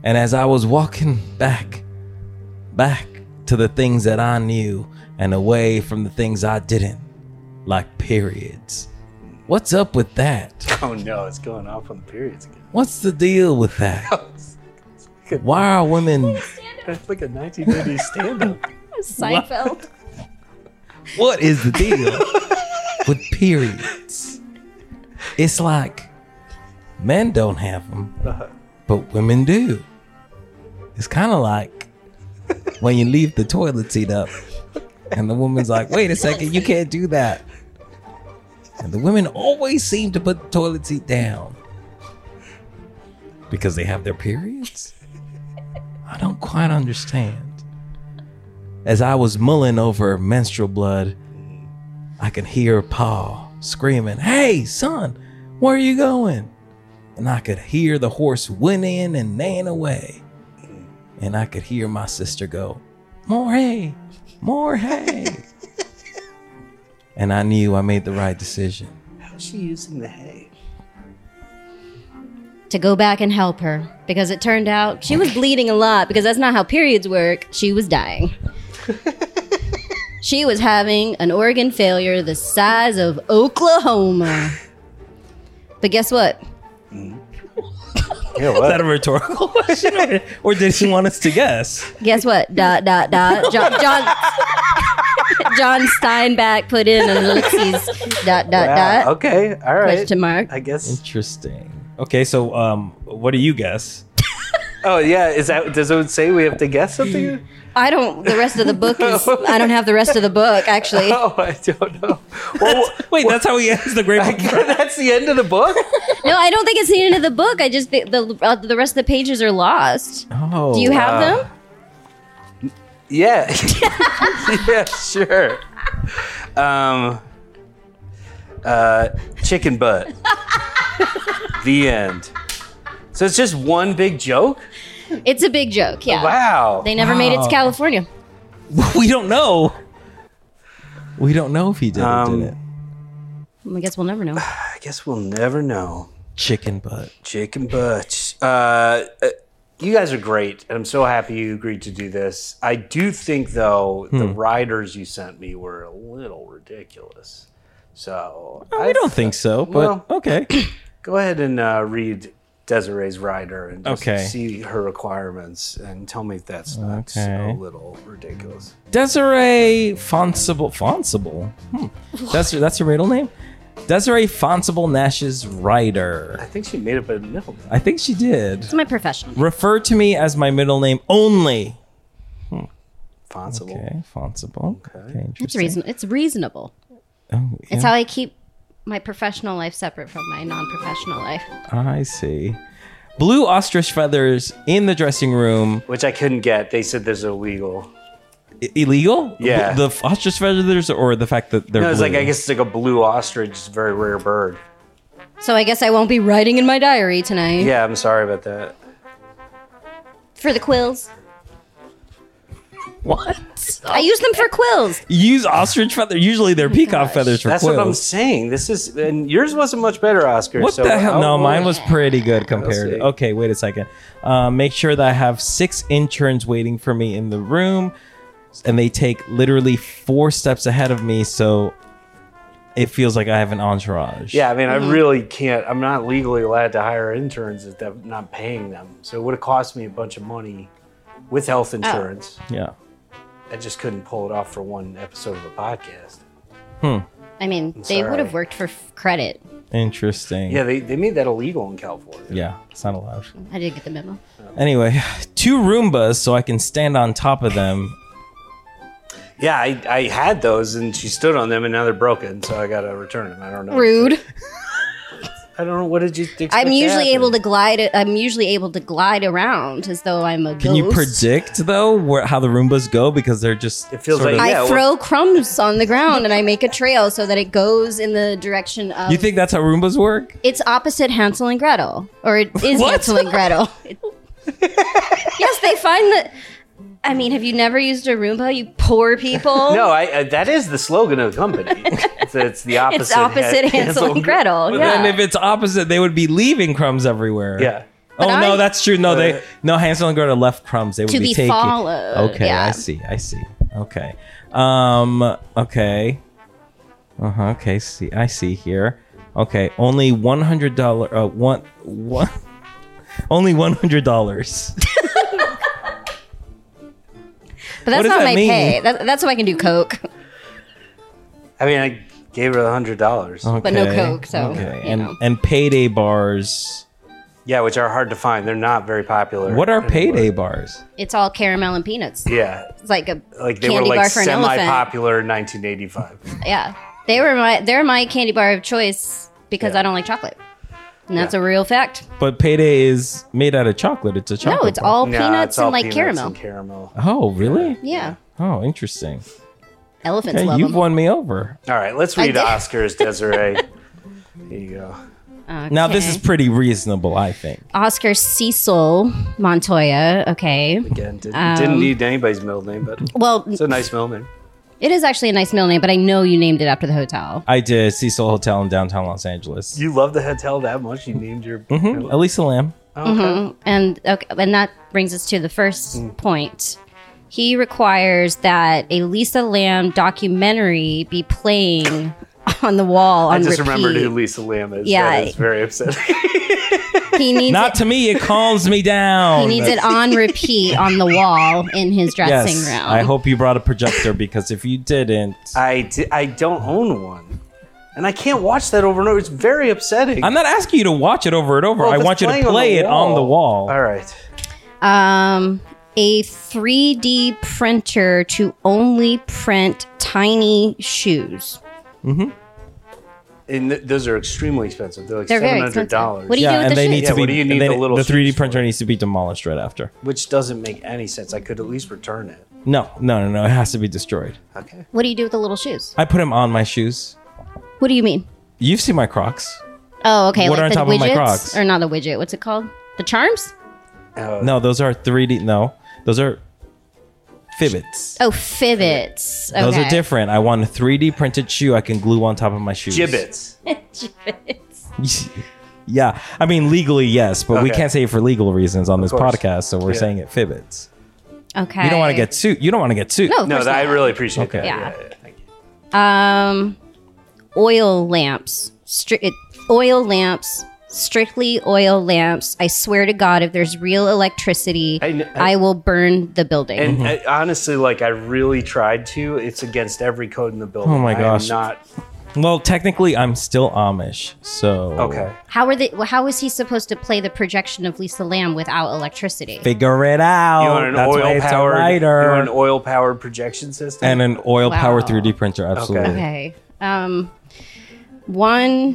A: And as I was walking back, back to the things that I knew and away from the things I didn't, like periods. What's up with that?
C: Oh no, it's going off on the periods again.
A: What's the deal with that? Why are women?
C: That's like a 1980s stand-up.
B: Seinfeld.
A: What is the deal with periods? It's like men don't have them, but women do. It's kind of like when you leave the toilet seat up, and the woman's like, wait a second, you can't do that. And the women always seem to put the toilet seat down because they have their periods. I don't quite understand. As I was mulling over menstrual blood, I could hear Pa screaming, Hey, son, where are you going? And I could hear the horse whinnying and neighing away. And I could hear my sister go, More hay, more hay. and I knew I made the right decision.
C: How's she using the hay?
B: to go back and help her because it turned out she was bleeding a lot because that's not how periods work. She was dying. she was having an organ failure the size of Oklahoma. But guess what?
C: Yeah,
A: Is
C: what?
A: that a rhetorical question? or- Or did she want us to guess?
B: Guess what? Dot dot dot. John John, John Steinbeck put in an ellipses. Dot dot
C: Wow,
B: dot.
C: Okay, all right.
B: Question mark.
C: I guess.
A: Interesting. Okay, so um, what do you guess?
C: Oh yeah, is that does it say we have to guess something?
B: I don't. The rest of the book is. I don't have the rest of the book actually.
C: Oh, I don't know. Well,
A: Wait, that's how he ends the great book.
C: that's the end of the book.
B: No, I don't think it's the end of the book. I just think the uh, the rest of the pages are lost.
A: Oh,
B: Do you have them?
C: Yeah. yeah, sure. Um uh chicken butt. The end. So it's just one big joke?
B: It's a big joke, yeah.
C: Oh, Wow.
B: They never made it to California.
A: we don't know. We don't know if he did or
C: Um,
A: didn't.
B: I guess we'll never know.
C: I guess we'll never know.
A: Chicken butt.
C: Jake and Butch. Uh, uh, you guys are great, and I'm so happy you agreed to do this. I do think, though, the
A: Hmm.
C: riders you sent me were a little ridiculous. So
A: I don't think so, but okay.
C: go ahead and uh, read Desiree's rider and just
A: Okay.
C: see her requirements and tell me if that's not
A: Okay.
C: a little ridiculous.
A: Desiree Fonsible. Fonsible? Hmm. That's, that's her riddle name? Desiree Fonsible Nash's
C: I
A: rider.
C: think she made up a middle name.
A: I think she did.
B: It's my profession.
A: Refer to me as my middle name only.
C: Fonsible.
A: Okay, Fonsible. Okay, interesting.
B: It's reason. It's reasonable.
A: Oh,
B: It's
A: yeah,
B: how I keep my professional life separate from my non-professional life.
A: I see. Blue ostrich feathers in the dressing room.
C: Which I couldn't get. They said there's illegal.
A: I- illegal?
C: Yeah.
A: The f- ostrich feathers, or the fact that they're
C: No, it's
A: blue?
C: like I guess it's like a blue ostrich, it's a very rare bird.
B: So I guess I won't be writing in my diary tonight
C: Yeah, I'm sorry about that.
B: for the quills.
A: what?
B: I use them for quills.
A: You use ostrich feather. Usually they're peacock feathers for
C: That's
A: quills.
C: what I'm saying. This is and yours wasn't much better, Oscar.
A: What
C: so
A: the hell? No,
C: I'll-
A: mine was pretty good compared.
C: see.
A: Okay, wait a second. Uh, make sure that I have six interns waiting for me in the room, and they take literally four steps ahead of me, so it feels like I have an entourage.
C: Yeah, I mean,
A: Mm-hmm.
C: I really can't. I'm not legally allowed to hire interns if I'm not paying them. So it would have cost me a bunch of money with health
B: Oh.
C: insurance.
A: yeah.
C: I just couldn't pull it off for one episode of the podcast.
B: I mean, they
C: sorry.
B: would have worked for f- credit.
A: Interesting.
C: Yeah, they, they made that illegal in California.
A: Yeah, it's not allowed.
B: I didn't get the memo.
A: Anyway, two Roombas so I can stand on top of them.
C: Yeah, I, I had those and she stood on them and now they're broken, so I gotta return them. I don't know.
B: Rude.
C: I don't know. What did you expect?
B: I'm usually able
C: happen?
B: to glide. I'm usually able to glide around as though I'm a
A: Can you
B: ghost.
A: predict though where how the Roombas go because they're just
C: It feels
A: sort
C: like-
A: of-
B: I
C: Yeah,
B: throw
C: well-
B: crumbs on the ground and I make a trail so that it goes in the direction of.
A: you think that's how Roombas work?
B: it's opposite Hansel and Gretel, or it is
A: What?
B: Hansel and Gretel. It- yes, they find that. I mean, have you never used a Roomba? You poor people.
C: No, I, I, that is the slogan of the company. it's, it's the opposite.
B: it's opposite Hansel and Gretel.
A: But
B: Yeah.
A: then if it's opposite, they would be leaving crumbs everywhere.
C: Yeah.
A: Oh
B: But
A: no,
B: I-
A: that's true. No, they no Hansel and Gretel left crumbs. They would
B: To
A: be,
B: be
A: taken.
B: followed,
A: Okay, I
B: yeah.
A: see. I see. Okay. Um. Okay. Uh huh. Okay. See, I see here. Okay. Only one hundred dollar. Uh, one one. Only one hundred dollars.
B: but that's
A: does
B: not
A: that
B: my
A: mean?
B: pay. That, that's how I can do Coke.
C: I mean, I gave her a hundred dollars.
A: Okay.
B: no Coke, so,
A: okay.
B: you
A: and
B: know.
A: and payday bars.
C: Yeah, which are hard to find. They're not very popular.
A: What are
C: anymore.
A: payday bars?
B: It's all caramel and peanuts.
C: Yeah,
B: It's like a
C: like they
B: candy
C: were
B: bar
C: like
B: for an elephant.
C: semi-popular in 1985.
B: Yeah, they were my they're my candy bar of choice because
C: Yeah.
B: I don't like chocolate, and that's
C: Yeah.
B: a real fact.
A: But payday is made out of chocolate. It's a chocolate.
B: no, it's
A: bar.
B: all
C: Nah,
B: peanuts
C: it's all
B: and like
C: peanuts
B: caramel.
C: and caramel.
A: Oh really?
B: yeah.
A: Oh, interesting.
B: elephants
A: Hey,
B: love
A: you've
B: them.
A: won me over.
C: All right, let's
B: I
C: read
B: did-
C: Oscars, Desiree. Here you go.
A: Now this
B: Okay.
A: is pretty reasonable, I think.
B: Oscar Cecil Montoya. Okay.
C: Again, didn't,
B: Um,
C: didn't need anybody's middle name, but it's
B: Well,
C: a nice middle name.
B: it is actually a nice middle name, but I know you named it after the hotel.
A: I did Cecil Hotel in downtown Los Angeles.
C: You love the hotel that much? You named your.
A: Mhm, Elisa Lamb.
B: Mm. And okay, and that brings us to the first
A: Mm.
B: point. He requires that a Lisa Lamb documentary be playing on the wall on
C: I just
B: repeat.
C: remembered who Lisa Lamb is.
B: Yeah.
C: that is very upsetting.
B: he needs
A: Not
B: it,
A: to me. It calms me down.
B: he needs it on repeat on the wall in his dressing
A: Yes,
B: room.
A: I hope you brought a projector because if you didn't,
C: I d- I don't own one, and I can't watch that over and over. It's very upsetting.
A: I'm not asking you to watch it over and over.
C: Well,
A: I
C: if it's
A: want you to
C: playing on
A: play
C: the
A: it on the wall.
C: All right.
B: um, a 3D printer to only print tiny shoes.
C: And th- those are extremely expensive. They're like
B: They're very
C: seven hundred
B: expensive.
C: dollars,
B: What do you do
A: Yeah,
B: with
A: and
B: the
A: they
B: shoes?
A: need
C: Yeah,
A: to be.
C: what do you need
A: they-
C: the little
A: 3D
C: shoes for?
A: printer needs to be demolished right after.
C: which doesn't make any sense. I could at least return it.
A: No, no, no, no. It has to be destroyed.
C: Okay.
B: What do you do with the little shoes?
A: I put them on my shoes.
B: What do you mean?
A: You've seen my Crocs.
B: Oh, okay.
A: What
B: like
A: are on
B: the
A: top
B: widgets,
A: of my Crocs?
B: or not the widget? What's it called? The charms?
A: No, those are 3D. No, those are fibbits.
B: Oh, fibbits. Okay.
A: Those are different. I want a 3D printed shoe I can glue on top of my shoes.
C: Gibbets.
B: Gibbets.
A: yeah. I mean, legally, yes, but we
C: Okay.
A: can't say it for legal reasons on this
C: course.
A: podcast, so we're
C: Yeah.
A: saying it fibbits.
B: Okay.
A: You don't want to get sued. You don't want to get sued.
B: no. Of
C: No,
B: course
C: that, I
B: not.
C: really appreciate
A: Okay.
C: that.
B: Yeah.
C: thank you.
B: Um, oil lamps. Stri- it- oil lamps. Strictly oil lamps. I swear to God, if there's real electricity,
C: I
B: I
C: kn- I-
B: will burn the building.
C: And
A: Mm-hmm.
C: I, honestly, like I really tried to. It's against every code in the building.
A: Oh my
C: I am
A: gosh.
C: not
A: Well, technically, I'm still Amish, so
C: okay.
B: how are they? How is he supposed to play the projection of Lisa Lamb without electricity?
A: Figure it out.
C: You want an
A: Oh, That's why
C: oil
A: it's a
C: powered, you
A: writer.
C: want an oil powered projection system,
A: and an oil power
B: Wow.
A: 3D printer. Absolutely.
B: Okay. Um, one.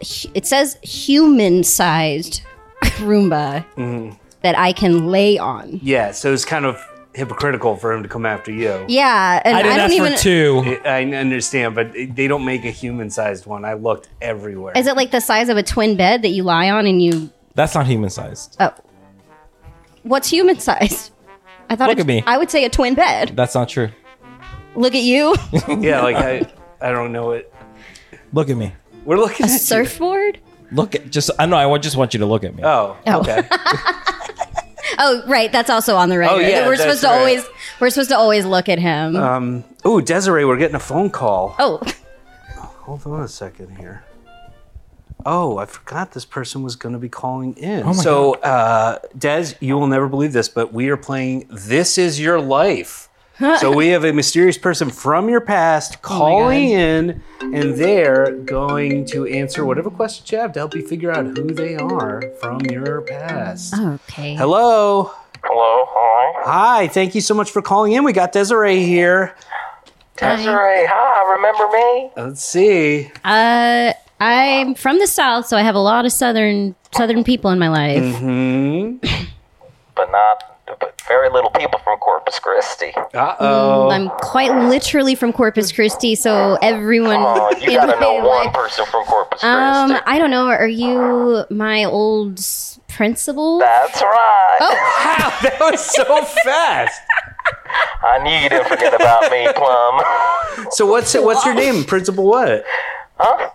B: hu- It says human-sized Roomba
A: Mm-hmm.
B: that I can lay on.
C: yeah. So it's kind of hypocritical for him to come after you.
B: Yeah, and I,
A: I didn't
B: don't
A: ask
B: even.
A: for two.
C: I I understand, but they don't make a human sized one. I looked everywhere.
B: Is it like the size of a twin bed that you lie on and you?
A: That's not human sized.
B: Oh, what's human size? I thought.
A: Look
B: a-
A: at me.
B: I would say a twin bed.
A: That's not true.
B: Look at you.
C: yeah, like I, I don't know it.
A: Look at me.
C: We're looking
B: A
C: at you.
B: surfboard.
A: Look at just. I know. I wa- just want you to look at me.
C: Oh,
B: Oh.
C: okay.
B: Oh, right. That's also on the right.
C: Oh, yeah,
B: we're
C: that's
B: supposed to
C: right.
B: always. We're supposed to always look at him.
A: Uh,
C: Um, ooh, Desiree, we're getting a phone call.
B: oh,
C: Hold on a second here. Oh, I forgot this person was going to be calling in.
A: my
C: so, uh, Des, you will never believe this, but we are playing This Is Your Life. so, we have a mysterious person from your
B: Oh
C: past calling in, and they're going to answer whatever questions you have to help you figure out who they are from your past.
B: okay.
C: Hello.
E: Hello, hi.
C: Hi. Thank you so much for calling in. We got Desiree here.
E: Desiree, hi, remember me?
C: Let's see.
B: Uh, I'm from the south, so I have a lot of southern southern people in my life.
C: Mm-hmm.
E: But not, but very little people from Corpus Christi.
C: Uh oh.
B: I'm quite literally from Corpus Christi, so everyone
E: Oh, you
B: in
E: gotta
B: my
E: know one
B: life-
E: person from Corpus
B: Um,
E: Christi.
B: I don't know. Are you my old s- principal?
E: That's right.
B: Oh.
C: Wow, that was so fast.
E: I knew you didn't forget about me, Plum.
C: So what's it, what's your name, Principal? What?
E: Huh?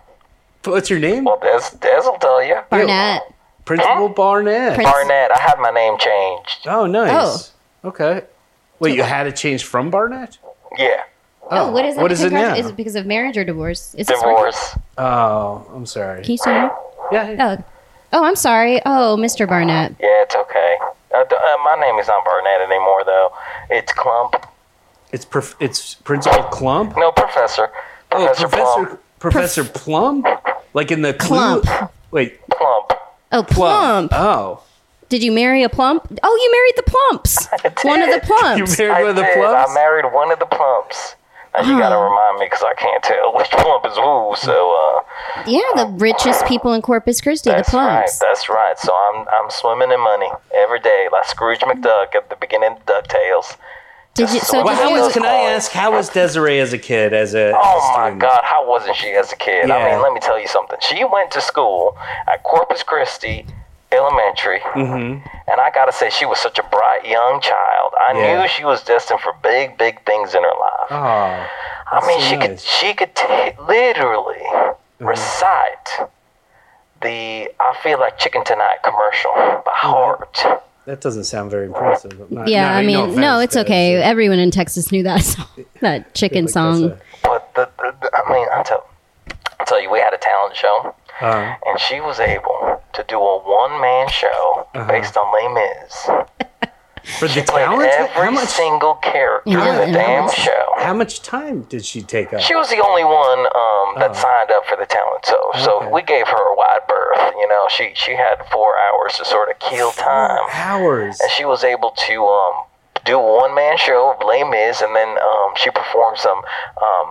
C: What's your name?
E: Well, Des, Des will tell you.
B: Barnett.
C: Principal Barnett.
B: Prin-
E: Barnett, I had my name changed.
C: oh, nice.
B: Oh.
C: Okay. Wait, you had it changed from Barnett?
E: Yeah,
B: Oh, what is it?
C: What is it now?
B: Is it because of marriage or divorce? Is this working?
E: divorce.
C: Oh, I'm sorry.
B: Can you see me?
C: Yeah.
B: Oh. oh, I'm sorry. Oh, Mr. Barnett.
E: Yeah, it's okay. Uh, d- uh, my name is not Barnett anymore, though. It's Clump.
C: It's prof- it's Principal Clump.
E: No, Professor.
C: Oh,
E: Professor,
C: Professor Professor Plum? Like in the clue.
B: Clump.
C: Wait,
E: Plump. Plump.
B: Oh, plump.
C: Plump. Oh.
B: Did you marry a plump? Oh, you married the plumps. One of the
C: You
B: plumps.
C: married
E: I
C: one of the
E: did. I
C: Plums?
E: married one of the plumps. Now you gotta remind me because I can't tell which plump is who. So uh,
B: Yeah, the richest people in Corpus Christi, the
E: that's right.
B: plumps.
E: That's right. So I'm I'm swimming in money every day, like Scrooge McDuck at the beginning of Ducktales.
B: Did you? So
C: Well,
B: did
C: how
B: you?
C: was, can I ask, how was Desiree as a kid, as a, as a
E: Oh my
C: student?
E: God! How wasn't she as a kid? I
C: Yeah.
E: mean, let me tell you something. She went to school at Corpus Christi Elementary,
C: Mm-hmm.
E: and I gotta say, she was such a bright young child. I
C: Yeah.
E: knew she was destined for big, big things in her life.
C: Oh.
E: I mean,
C: so
E: she could
C: nice. Mm-hmm.
E: she could t- literally recite the "I Feel Like Chicken Tonight" commercial by
C: Mm-hmm.
E: heart.
G: That doesn't sound very impressive. but not-
B: Yeah,
G: not-
B: I mean, no,
G: offense,
B: it's
G: Des.
B: okay. Everyone in Texas knew that song, that chicken
G: Like, that's
B: song.
E: But the, the, the- I mean, I tell I tell you, we had a talent show,
G: a- uh,
E: and she was able to do a one man show based on Les Mis.
C: For the
E: Played
C: talent? Uh-huh. How
E: every
C: much,
E: single character
B: Yeah,
E: in
B: and
E: the damn
B: almost-
E: show.
C: how much time did she take up?
E: She was the only one um,
C: Oh.
E: that signed up for the talent show, so we gave her a wide berth. You know, she she had four hours to sort of kill
C: Uh,
E: time.
C: hours.
E: and she was able to um, do a one man show of Les Mis, and then um, she performed some um,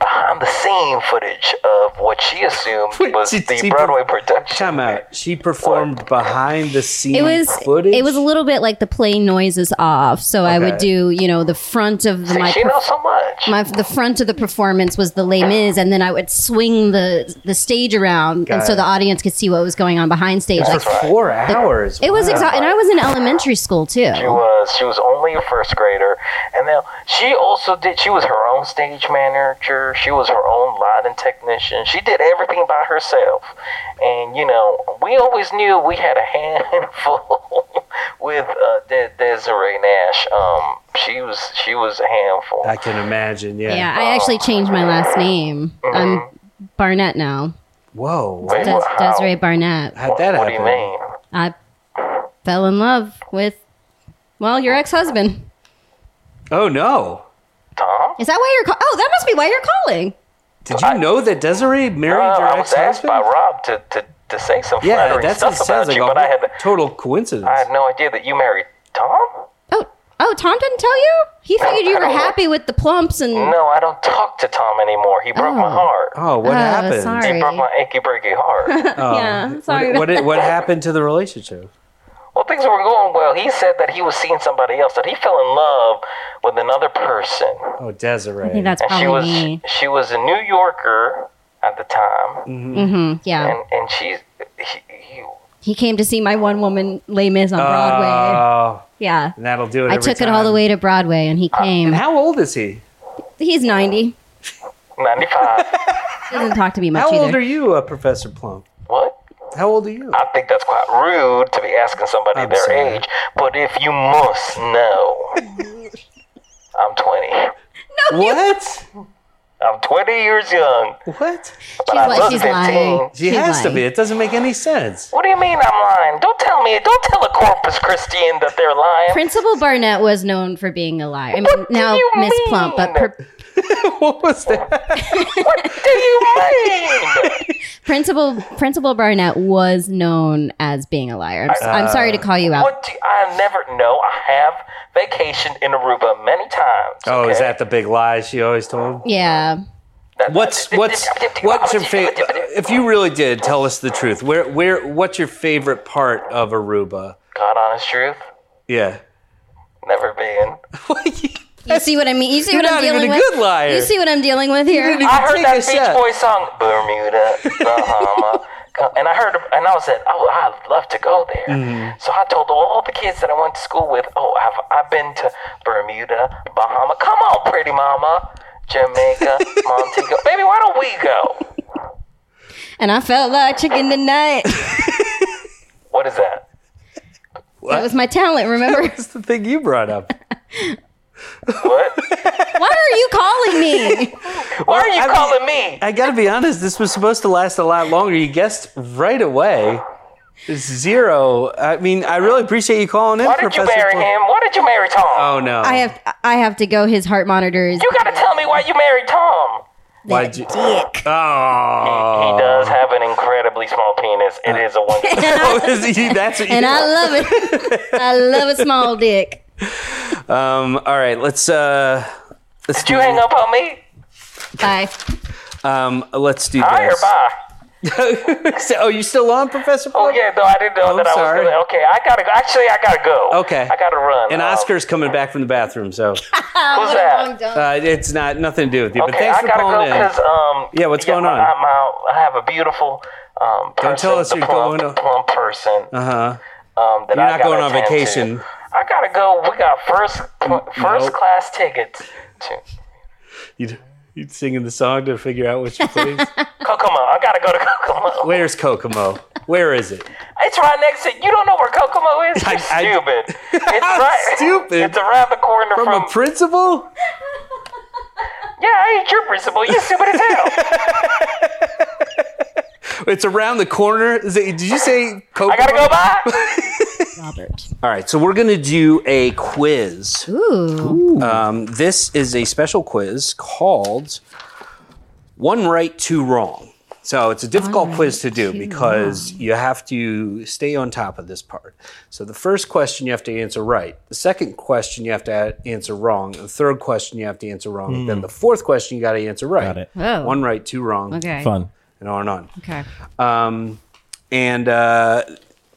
E: behind found the scene footage of what she assumed
C: Wait,
E: was
C: did
E: the
C: she
E: Broadway production.
C: Time out. She performed behind the scenes
B: It was
C: footage.
B: it was a little bit like the play noises off. So I would
C: Okay.
B: do you know the front of the,
E: See,
B: my
E: she knows so much.
B: my Uh, the front of the performance was the Les Mis, and then I would swing the the stage around, and so
C: it.
B: the audience could see what was going on behind stage. Like
C: four hours.
B: it was
C: Wow.
B: exhausting, and I was in elementary school too.
C: Oh.
E: She was she was only a first grader, and now she also did. She was her own stage manager. She was her own lighting technician. She did everything by herself, and you know we always knew we had a handful with uh, De- Desiree Nash. Um, she was she was a handful.
C: I can imagine. Yeah.
B: Yeah, I actually changed my last name. I'm Barnett now.
C: Whoa.
E: Wait,
B: Des-
E: how?
B: Desiree Barnett.
C: How'd that
E: What do
C: happen?
E: you mean?
B: I fell in love with, well, your ex-husband.
C: Oh no!
E: Tom?
B: Is that why you're? Call- oh, that must be why you're calling.
C: Did you know that Desiree married
E: Uh,
C: your
E: I was asked
C: ex-husband?
E: by Rob to, to, to say some
C: yeah,
E: flattering
C: that
E: stuff
C: sounds
E: about
C: like
E: you,
C: a
E: but I had
C: total coincidence.
E: I had no idea that you married Tom.
B: Oh, oh, Tom didn't tell you. He figured you were happy with the plumps and.
E: No, I don't talk to Tom anymore. He broke my
B: Oh.
E: heart.
C: oh, what
B: Oh,
C: happened?
B: sorry.
E: He broke my achy breaky heart.
C: Oh.
B: Yeah, sorry
C: What,
B: about
C: what, did- what happened to the relationship?
E: well, things were going well. He said that he was seeing somebody else, that he fell in love with another person.
C: Oh, Desiree.
B: I think that's
E: And she was
B: probably Oh, me.
E: she was a New Yorker at the time,
C: Mm-hmm.
B: Mm-hmm, Yeah,
E: and and she he, he,
B: he came to see my one woman Les Mis on Broadway.
C: Oh,
B: Yeah,
C: and that'll do it.
B: I
C: every
B: took it all the
C: time.
B: way to Broadway, and he came.
C: And how old is he?
B: He's ninety.
E: ninety five.
B: He doesn't talk to me much
C: How old
B: either.
C: are you, uh, Professor Plump?
E: what?
C: How old are you?
E: I think that's quite rude to be asking somebody
C: I'm
E: their
C: sorry.
E: age. But if you must know, I'm twenty.
C: what?
E: I'm 20 years young,
C: What?
E: but I
B: li-
E: look
B: she's
E: 15.
B: lying.
C: She
B: She's
C: has to
B: lying.
C: be. It doesn't make any sense.
E: What do you mean I'm lying? Don't tell me. Don't tell a Corpus Christian that they're lying.
B: Principal Barnett was known for being a liar. I mean,
E: What do
B: now
E: you
B: Miss Plump, but
E: mean?
B: per-
C: what was that?
E: What do you mean?
B: Principal Principal Barnett was known as being a liar. I'm, s am sorry
C: Uh,
B: to call you out.
E: what do I never know? I have vacationed in Aruba many times.
C: Oh, is
E: okay?
C: that the big lie she always told him?
B: Yeah,
E: That-
C: What's what's what's your favorite? If you really did, tell us the truth. Where where? What's your favorite part of Aruba?
E: God, honest truth,
C: Yeah.
E: never been.
B: you see what I mean. You see
C: You're
B: what I'm
C: not even
B: dealing
C: a
B: with.
C: good liar.
B: You see what I'm dealing with here.
C: even-
E: I
C: Take
E: heard
C: a
E: that Beach
C: shot.
E: Boy song, Bermuda, Bahama. And I heard, and I said, "Oh, I'd love to go there."
C: Mm-hmm.
E: So I told all the kids that I went to school with, "Oh, I've I've been to Bermuda, Bahama. Come on, pretty mama, Jamaica, Montego. Baby, why don't we go?
B: And I felt like chicken tonight.
E: What is that?
B: That was my talent. Remember?
C: That's the thing you brought up.
E: What?
B: Why are you calling me?
E: Why are you
C: I mean-
E: calling me?
C: I gotta be honest. This was supposed to last a lot longer. You guessed right away. It's zero. I mean, I really appreciate you calling in,
E: Why did you
C: Professor.
E: marry
C: Plum.
E: him? Why did you marry Tom?
C: Oh no.
B: I have I have to go. His heart monitor is
E: you gotta tell me why you married Tom.
C: Why'd you?
B: dick.
C: Oh.
E: He does have an incredibly small penis. It is a wonderful.
C: Oh, is he- that's what you
B: And I love it. I love a small dick.
C: um. All right. Let's uh. Let's
E: Did you hang up on me?
B: Bye.
C: Um. Let's do
E: Hi or
C: this.
E: bye?
C: So- oh, you still on, Professor?
E: Oh
C: Plum?
E: yeah, no, I didn't know
C: I'm
E: that I
C: sorry.
E: was gonna. Okay, I gotta. go. Actually, I gotta go.
C: Okay.
E: I gotta run.
C: And
E: Um,
C: Oscar's coming back from the bathroom, so
E: who's
B: Wrong
E: that?
B: dog.
C: uh, it's not nothing to do with you. but
E: Okay,
C: thanks
E: I
C: for
E: gotta go
C: calling in.
E: because um.
C: Yeah, what's going on?
E: My, my, I have a beautiful um. Person,
C: Don't tell us
E: the
C: you're
E: plump,
C: going on-
E: plump person.
C: Uh huh.
E: Um, that
C: You're
E: I
C: not
E: gotta
C: going on
E: attend to.
C: vacation.
E: I gotta go. We got first cl- first
C: Nope.
E: class tickets to
C: You'd, you'd singing the song to figure out which you please.
E: Kokomo. I gotta go to Kokomo.
C: Where's Kokomo? Where is it?
E: It's right next to. You don't know where Kokomo is? You're
C: I-
E: stupid. It's
C: I'm
E: right.
C: stupid.
E: It's around the corner
C: From,
E: from.
C: a principal?
E: yeah, I ain't your principal. You stupid as hell.
C: It's around the corner. Is it, did you say Kokomo?
E: I gotta go. Bye.
B: Robert.
C: All right, so we're gonna do a quiz.
B: Ooh.
C: Um, this is a special quiz called "One Right, Two Wrong." So it's a difficult
B: Alright,
C: quiz to do
B: cute.
C: because you have to stay on top of this part. So the first question you have to answer right. The second question you have to a- answer wrong. The third question you have to answer wrong. Then the fourth question you got to answer right.
A: Hmm. Got it.
B: Whoa.
C: One right, two wrong,
B: Oh. Okay.
A: Fun.
C: and on and on.
B: Okay.
C: Um, and uh,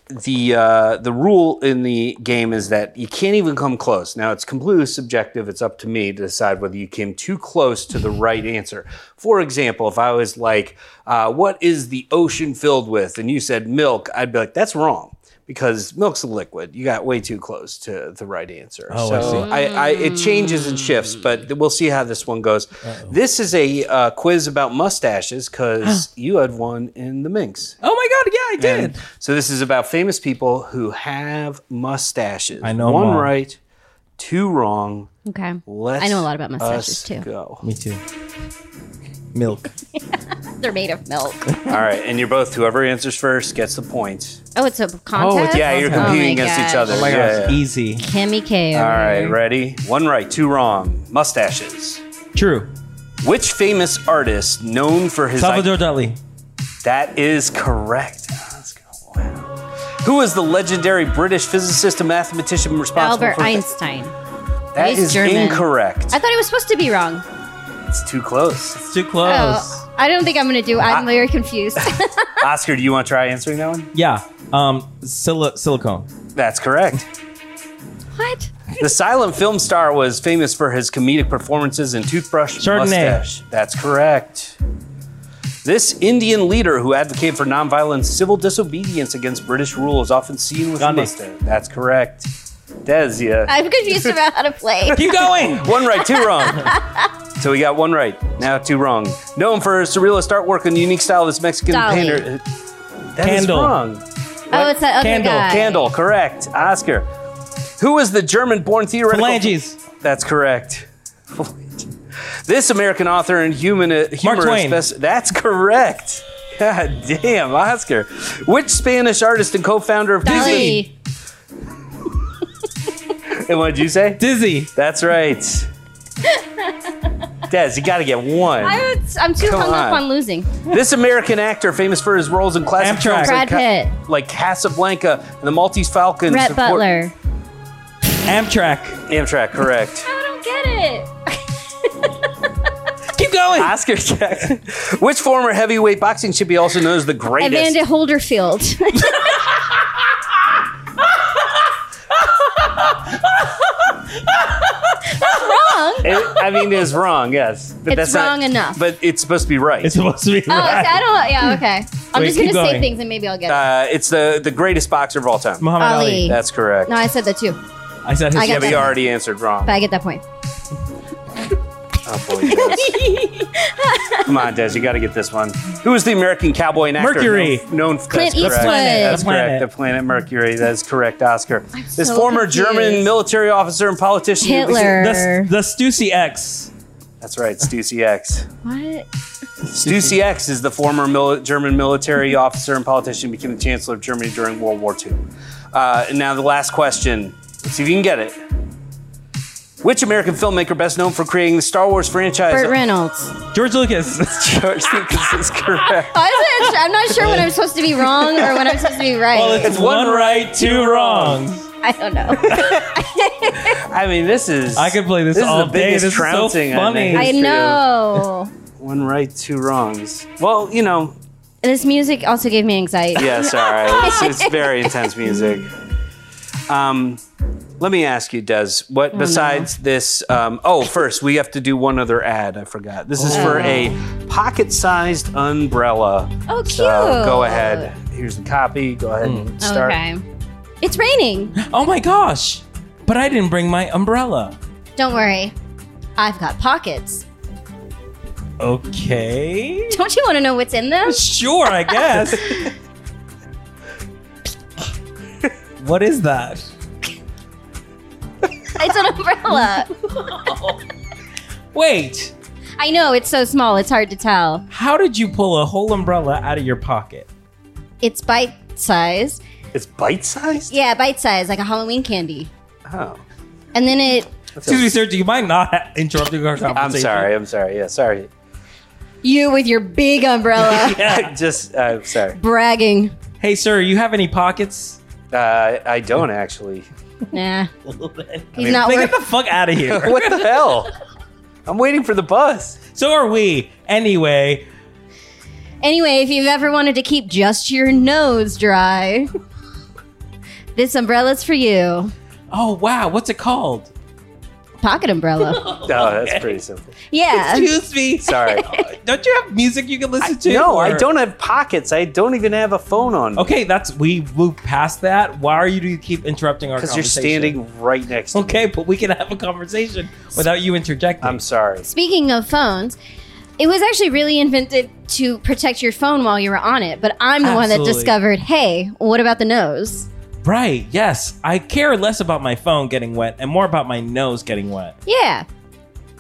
C: the uh, the rule in the game is that you can't even come close. Now it's completely subjective. It's up to me to decide whether you came too close to the right answer. For example, if I was like, uh, "What is the ocean filled with?" and you said milk, I'd be like, "That's wrong." Because milk's a liquid, you got way too close to the right answer.
A: Oh,
C: so
A: I see.
C: I, I, it changes and shifts, but we'll see how this one goes. This is a uh, quiz about mustaches because you had one in the Minx.
A: Oh my god! Yeah, I did.
C: And so this is about famous people who have mustaches.
A: I know 'em
C: one
A: all.
C: right, two wrong.
B: Okay.
C: Let's
B: I know a lot about mustaches
C: us
B: too.
C: Go.
A: Me too. Milk.
B: They're made of milk.
C: All right, and you're both whoever answers first gets the point.
B: Oh, it's a contest.
C: yeah, you're competing
B: my
C: against
B: gosh.
C: each other.
A: Oh my
C: Yeah,
A: gosh.
C: yeah.
A: Easy.
B: Kimmy K.
C: All right, ready? One right, two wrong. Mustaches.
A: True.
C: Which famous artist known for his
A: Salvador Dali.
C: That is correct. Let's go. Wow. Who was the legendary British physicist and mathematician responsible
B: Albert
C: for
B: Einstein.
C: That
B: He's
C: is
B: German.
C: incorrect.
B: I thought it was supposed to be wrong.
C: It's too close.
A: It's too close.
B: Oh, I don't think I'm gonna do. I'm very confused.
C: Oscar, do you want to try answering that one?
A: Yeah. Um. Sil- silicone.
C: That's correct.
B: what?
C: The silent film star was famous for his comedic performances in Toothbrush
A: Chardonnay.
C: Mustache. That's correct. This Indian leader who advocated for nonviolent civil disobedience against British rule is often seen with
A: Gandhi.
C: a mustache. That's correct. Des, yeah.
B: I'm confused about how to play.
A: Keep going.
C: One right, two wrong. so we got one right, now two wrong. Known for his surrealist artwork and unique style, this Mexican
B: Dali.
C: painter. uh, That is
A: Candle.
C: wrong.
B: Oh, it's that other
A: Candle,
B: guy.
C: Candle, correct. Oscar. Who was the German born theoretical?
A: Phalanges.
C: That's correct. this American author and human, uh, humorist.
A: Twain.
C: spec- that's correct. God damn, Oscar. Which Spanish artist and co founder of Disney?
B: Dolly.
C: And what did you say?
A: Dizzy.
C: That's right. Des, you gotta get one.
B: I would, I'm too
C: Come
B: hung up
C: on.
B: on losing.
C: This American actor, famous for his roles in classic
A: Amtrak.
C: films
B: Brad
C: like,
B: Pitt,
C: Ca- like Casablanca and The Maltese Falcon.
B: Brett
C: support-
B: Butler.
A: Amtrak.
C: Amtrak, correct.
B: I don't get it.
A: Keep going.
C: Oscar Jackson. Which former heavyweight boxing champion also known as the greatest?
B: Amanda Holderfield.
C: It- eh, I mean, it's wrong, yes. But
B: It's wrong enough.
C: But it's supposed to be right.
A: it's supposed to be
B: Oh,
A: right.
B: okay, I don't. Yeah, okay. I'm
A: Wait,
B: just gonna say
A: keep going.
B: things and maybe I'll get it.
C: uh, it's the, the greatest boxer of all time.
A: Muhammad Ali.
B: Ali.
C: That's correct.
B: no, I said that too,
A: I said his
B: I
C: yeah,
B: got
C: but you
B: that.
C: already answered wrong.
B: but I get that point.
C: Oh, boy, Des. Come on, Des, you gotta get this one. Who is the American cowboy and actor
A: Mercury.
C: known, known for
B: Clint
C: that's correct.
B: Eastwood.
C: That's
A: The
C: correct.
A: planet.
C: The planet Mercury. That is correct, Oscar. this
B: so
C: former
B: confused.
C: German military officer and politician.
A: the,
B: Hitler.
A: the Stussy X.
C: That's right, Stussy X.
B: What?
C: Stussy E X is the former mil- German military officer and politician who became the Chancellor of Germany during World War II. Uh, and now the last question. Let's see if you can get it. Which American filmmaker best known for creating the Star Wars franchise?
B: Burt Reynolds.
A: George Lucas.
C: George Lucas is correct.
B: I wasn't, I'm not sure when I'm supposed to be wrong or when I'm supposed to be right.
A: Well, it's, one, right, two wrongs.
B: I don't know.
C: I mean, this is.
A: I could play this,
C: This is
A: all
C: the
A: day.
C: biggest
A: This is so
C: trouncing, I
A: funny.
C: think.
B: I
C: History of-
B: know.
C: One right, two wrongs. Well, you know,
B: This music also gave me anxiety.
C: yes, all right. It's, it's very intense music. Um, let me ask you, Des.
B: Oh,
C: What besides this? Um, oh, first we have to do one other ad. I forgot. This is for a pocket-sized umbrella.
B: Oh, cute. Mm.
C: So go ahead. Here's the copy. Go ahead and start.
B: Okay. It's raining.
A: Oh my gosh. But I didn't bring my umbrella.
B: Don't worry. I've got pockets.
A: Okay.
B: Don't you want to know what's in them?
A: Sure, I guess. what is that?
B: It's an umbrella.
A: Wait.
B: I know it's so small, it's hard to tell.
A: How did you pull a whole umbrella out of your pocket?
B: It's bite sized.
C: It's bite-sized.
B: Yeah, bite sized, like a Halloween candy.
C: Oh,
B: And then it
A: Excuse me, sir. Do you mind not interrupting our
C: I'm
A: conversation?
C: sorry. I'm sorry. Yeah, sorry.
B: You with your big umbrella
C: Just, uh, sorry.
B: bragging.
A: Hey, sir, you have any pockets?
C: Uh, I don't actually.
B: Nah. He's not
A: Like,
B: worth
A: get the fuck out of here.
C: What the hell? I'm waiting for the bus.
A: so are we. Anyway,
B: Anyway, if you've ever wanted to keep just your nose dry, this umbrella's for you.
A: oh wow, what's it called?
B: Pocket umbrella.
C: No, that's pretty simple.
B: Yeah.
A: Excuse me.
C: Sorry.
A: Don't you have music you can listen to?
C: no, I
A: Or-
C: don't have pockets. I don't even have a phone on.
A: Okay, that's we moved past that. Why are you do you keep interrupting our?
C: Because you're
A: conversation?
C: standing right next to me.
A: Okay, but we can have a conversation without you interjecting.
C: I'm sorry.
B: Speaking of phones, it was actually really invented to protect your phone while you were on it, but I'm the one that
A: Absolutely.
B: discovered hey, what about the nose?
A: right. Yes, I care less about my phone getting wet and more about my nose getting wet.
B: Yeah.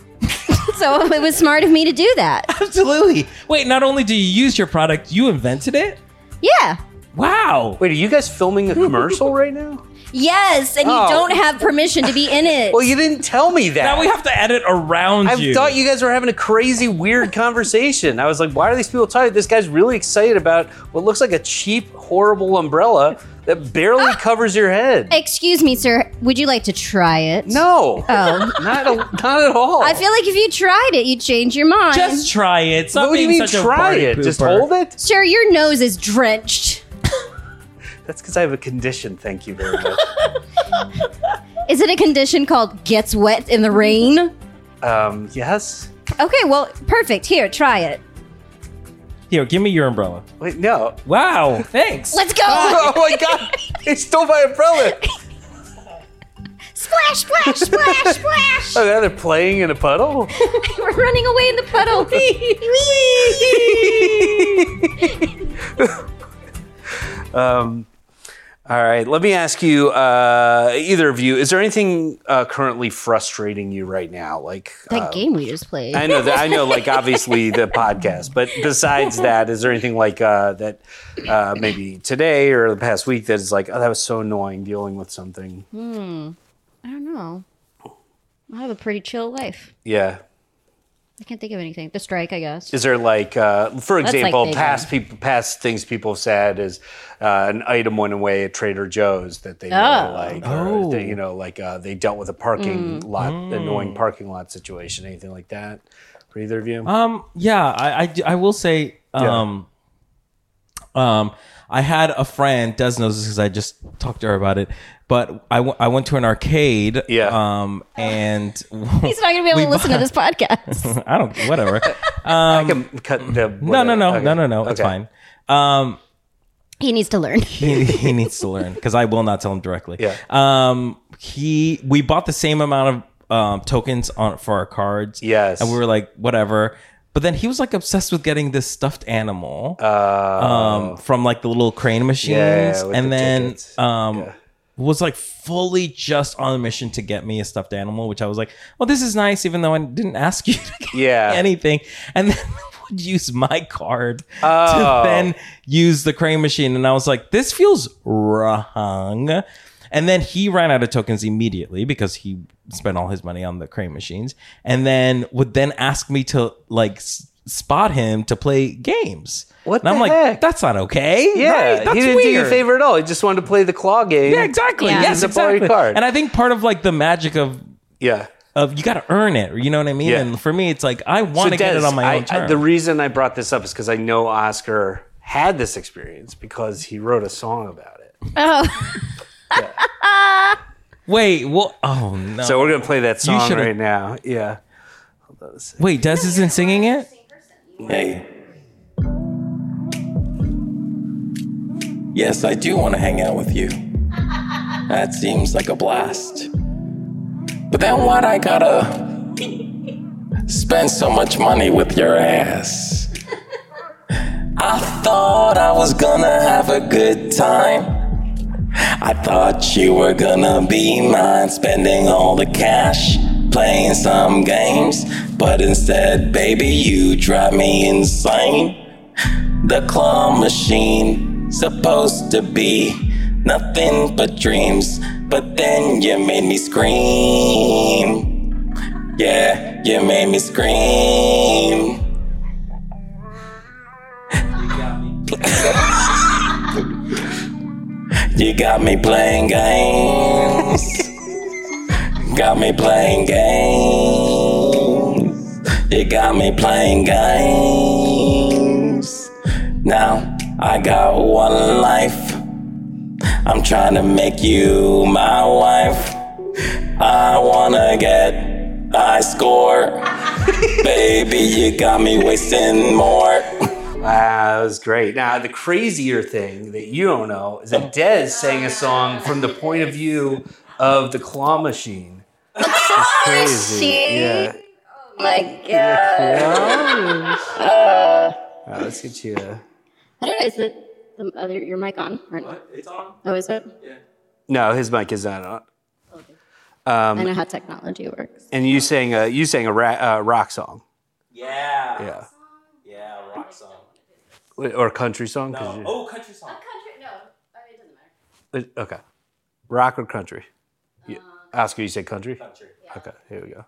B: so it was smart of me to do that.
A: Absolutely. Wait, not only do you use your product, you invented it.
B: Yeah.
A: Wow.
C: Wait, are you guys filming a commercial right now?
B: Yes, and
C: Oh.
B: you don't have permission to be in it.
C: Well, you didn't tell me that.
A: Now we have to edit around
C: I
A: you.
C: thought you guys were having a crazy, weird conversation. I was like, why are these people talking? This guy's really excited about what looks like a cheap, horrible umbrella that barely
B: Ah!
C: covers your head.
B: Excuse me, sir. Would you like to try it?
C: No,
B: Oh.
C: not, a, not at all.
B: I feel like if you tried it, you'd change your mind.
A: just try it. Stop
C: what do you
A: being
C: mean
A: such a
C: try
A: party
C: it? Just
A: pooper.
C: hold it?
B: Sir, your nose is drenched.
C: That's because I have a condition. Thank you very much.
B: Is it a condition called gets wet in the rain?
C: um, yes.
B: Okay, well, perfect. Here, try it.
A: Here, give me your umbrella.
C: Wait, no.
A: Wow. Thanks.
B: Let's go.
C: Oh my god! It stole my umbrella.
B: Splash, splash, splash, splash.
C: Oh, now they're playing in a puddle.
B: We're running away in the puddle.
C: Um, all right, let me ask you, uh, either of you, is there anything uh, currently frustrating you right now? Like, uh,
B: that game we just played.
C: I know that I know, like obviously the podcast, but besides that, is there anything like uh, that uh, maybe today or the past week that is like, oh, that was so annoying dealing with something?
B: I don't know. I have a pretty chill life.
C: Yeah.
B: I can't think of anything. The strike, I guess.
C: Is there like, uh, for
B: like
C: example,
B: big
C: past people, past things people have said is uh, an item went away at Trader Joe's that they
B: Oh. Mm.
C: really like, or they, you know, like uh, they dealt with a parking lot, annoying parking lot situation, anything like that. For either of you,
A: Mm. Um, yeah, I, I, I will say, um, um, I had a friend, Des knows this because I just talked to her about it, but I went- I went to an arcade.
C: Yeah.
A: Um, and
B: He's not going to be able to listen to this podcast.
A: I don't, whatever.
C: I can cut the.
A: no, no, no,
C: okay.
A: no, no, no. It's
C: Okay.
A: fine. Um,
B: he needs to learn.
A: he, he needs to learn because I will not tell him directly.
C: Yeah.
A: Um, he, we bought the same amount of, um, tokens on for our cards.
C: Yes.
A: And we were like, whatever. But then he was like obsessed with getting this stuffed animal. um, from like the little crane machines,
C: Oh. Yeah, with
A: and
C: the
A: then
C: tickets.
A: um, was like fully just on a mission to get me a stuffed animal, which I was like, well, this is nice, even though I didn't ask you to get me
C: Yeah.
A: anything, and then would use my card
C: Oh.
A: to then use the crane machine, and I was like, this feels wrong. And then he ran out of tokens immediately because he spent all his money on the crane machines, and then would then ask me to like s- spot him to play games.
C: What
A: And I'm
C: the
A: like,
C: heck?
A: that's not okay.
C: Yeah,
A: right? that's
C: he didn't do
A: weird.
C: you a favor at all. He just wanted to play the claw game.
A: Yeah, exactly.
B: Yeah.
A: Yes,
C: Just to borrow your
A: exactly.
C: card.
A: And I think part of like the magic of
C: Yeah.
A: of you got to earn it. You know what I mean?
C: Yeah.
A: And for me, it's like I want to get
C: Des,
A: it on my
C: I-
A: own
C: I-
A: terms.
C: the reason I brought this up is because I know Oscar had this experience because he wrote a song about it.
B: Oh,
A: Wait, what? Oh no!
C: So we're gonna play that song
A: should've-
C: right now. Yeah.
A: Wait, Des isn't singing it.
E: Hey. Yes, I do want to hang out with you. That seems like a blast. But then why'd I gotta spend so much money with your ass? I thought I was gonna have a good time. I thought you were gonna be mine, spending all the cash, playing some games. But instead, baby, you drive me insane. The claw machine supposed to be nothing but dreams, but then you made me scream. Yeah, you made me scream.
J: got me playing games. got me playing games. You got me playing games. Now I got one life. I'm trying to make you my wife. I wanna get I score. Baby, you got me wasting more.
C: Wow, that was great. Now, the crazier thing that you don't know is that Dez sang a song from the point of view of the claw machine. It's crazy. Yeah.
K: My God.
C: Yeah. Wow, let's get you. A...
D: I don't know, is the, the other, your mic on? Or not?
A: It's on.
D: Oh, is it?
C: No, his mic is not on.
D: I know how technology works.
C: And you sang a you sang a ra- uh, rock song,
A: Yeah.
C: yeah,
A: Yeah, rock song.
C: or a country song? 'Cause you-
A: Oh, country song.
C: It- Okay. Rock or country? You- Oscar, you say country? Okay, here we go.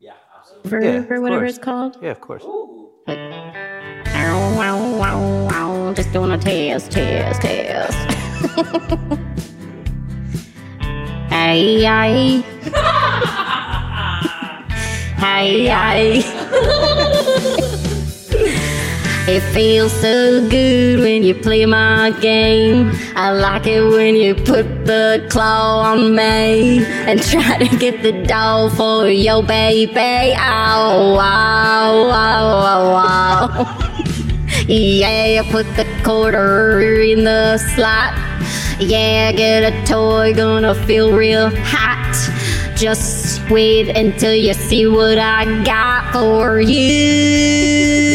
A: Yeah, absolutely.
D: Verb
C: Yeah, of
D: or whatever
C: course.
D: it's called.
C: Yeah, of course.
D: Ow, ow, ow, ow. Just doing a test, test, test. Hey, hey. Hey, hey. It feels so good when you play my game. I like it when you put the claw on me and try to get the doll for your baby. Ow, wow, wow, wow, wow. Yeah, put the quarter in the slot. Yeah, get a toy, gonna feel real hot. Just wait until you see what I got for you.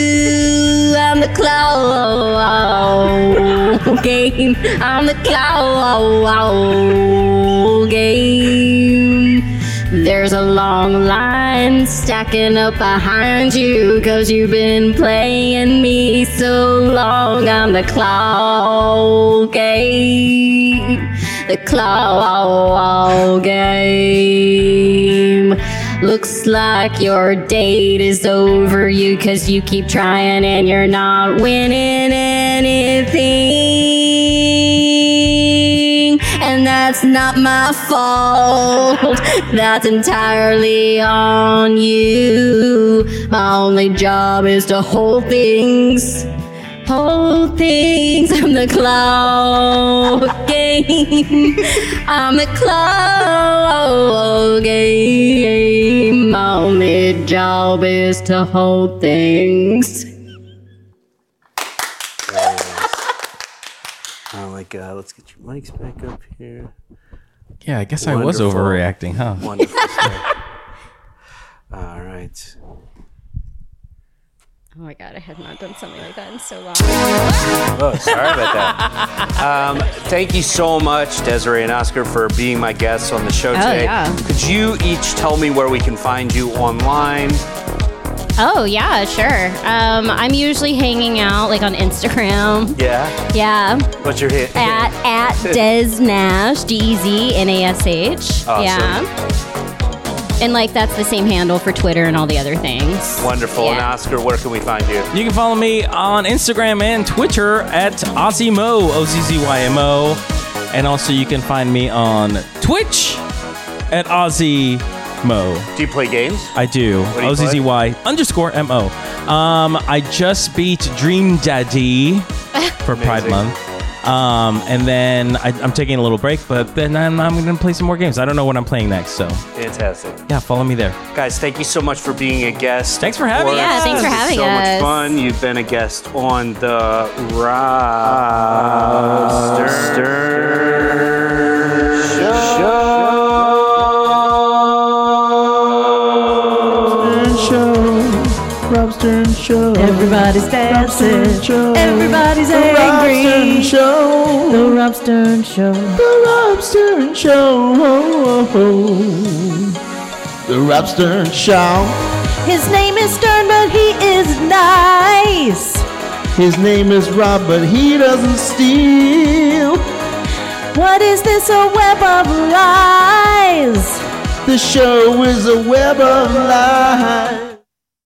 D: I'm the claw game. I'm the claw game. There's a long line stacking up behind you, cause you've been playing me so long. I'm the claw game. The claw game. Looks like your date is over you, cause you keep trying and you're not winning anything. And that's not my fault. That's entirely on you. My only job is to hold things. Hold things. I'm the cloud game. I'm the cloud game. My only job is to hold things.
C: Oh my God, let's get your mics back up here.
L: Yeah, I guess I was
C: Wonderful.
L: overreacting, huh?
C: Wonderful stuff. All right.
D: Oh my god, I have not done something like that in so long.
C: Oh, sorry about that. Um, thank you so much, Desiree and Oscar, for being my guests on the show today.
D: Oh, yeah.
C: Could you each tell me where we can find you online?
D: Oh yeah, sure. Um, I'm usually hanging out like on Instagram.
C: Yeah.
D: Yeah,
C: What's your hit?
D: at at Des Nash, D E Z N A S H.
C: Awesome.
D: Yeah, and like that's the same handle for Twitter and all the other things.
C: Wonderful. And
D: Yeah.
C: Oscar, where can we find you?
A: You can follow me on Instagram and Twitter at Ozzymo, O Z Z Y M O. And also, you can find me on Twitch at Ozzymo.
C: Do you play games?
A: I do.
C: do you
A: O Z Z Y underscore M O. Um, I just beat Dream Daddy for Pride
C: Amazing.
A: Month. Um, and then I, I'm taking a little break, but then I'm, I'm going to play some more games. I don't know what I'm playing next. So,
C: Fantastic.
A: yeah, follow me there.
C: Guys, thank you so much for being a guest.
A: Thanks for having
C: Boris,
D: Yeah, thanks
C: this
D: for
C: is
D: having
C: so
D: us.
C: much fun. You've been a guest on the roster show.
M: Everybody's dancing. Everybody's angry. The Rob Stern Show. The Rob Stern Show. The Rob Stern Show. His name is Stern, but he is nice. His name is Rob, but he doesn't steal. What is this, a web of lies? The show is a web of lies.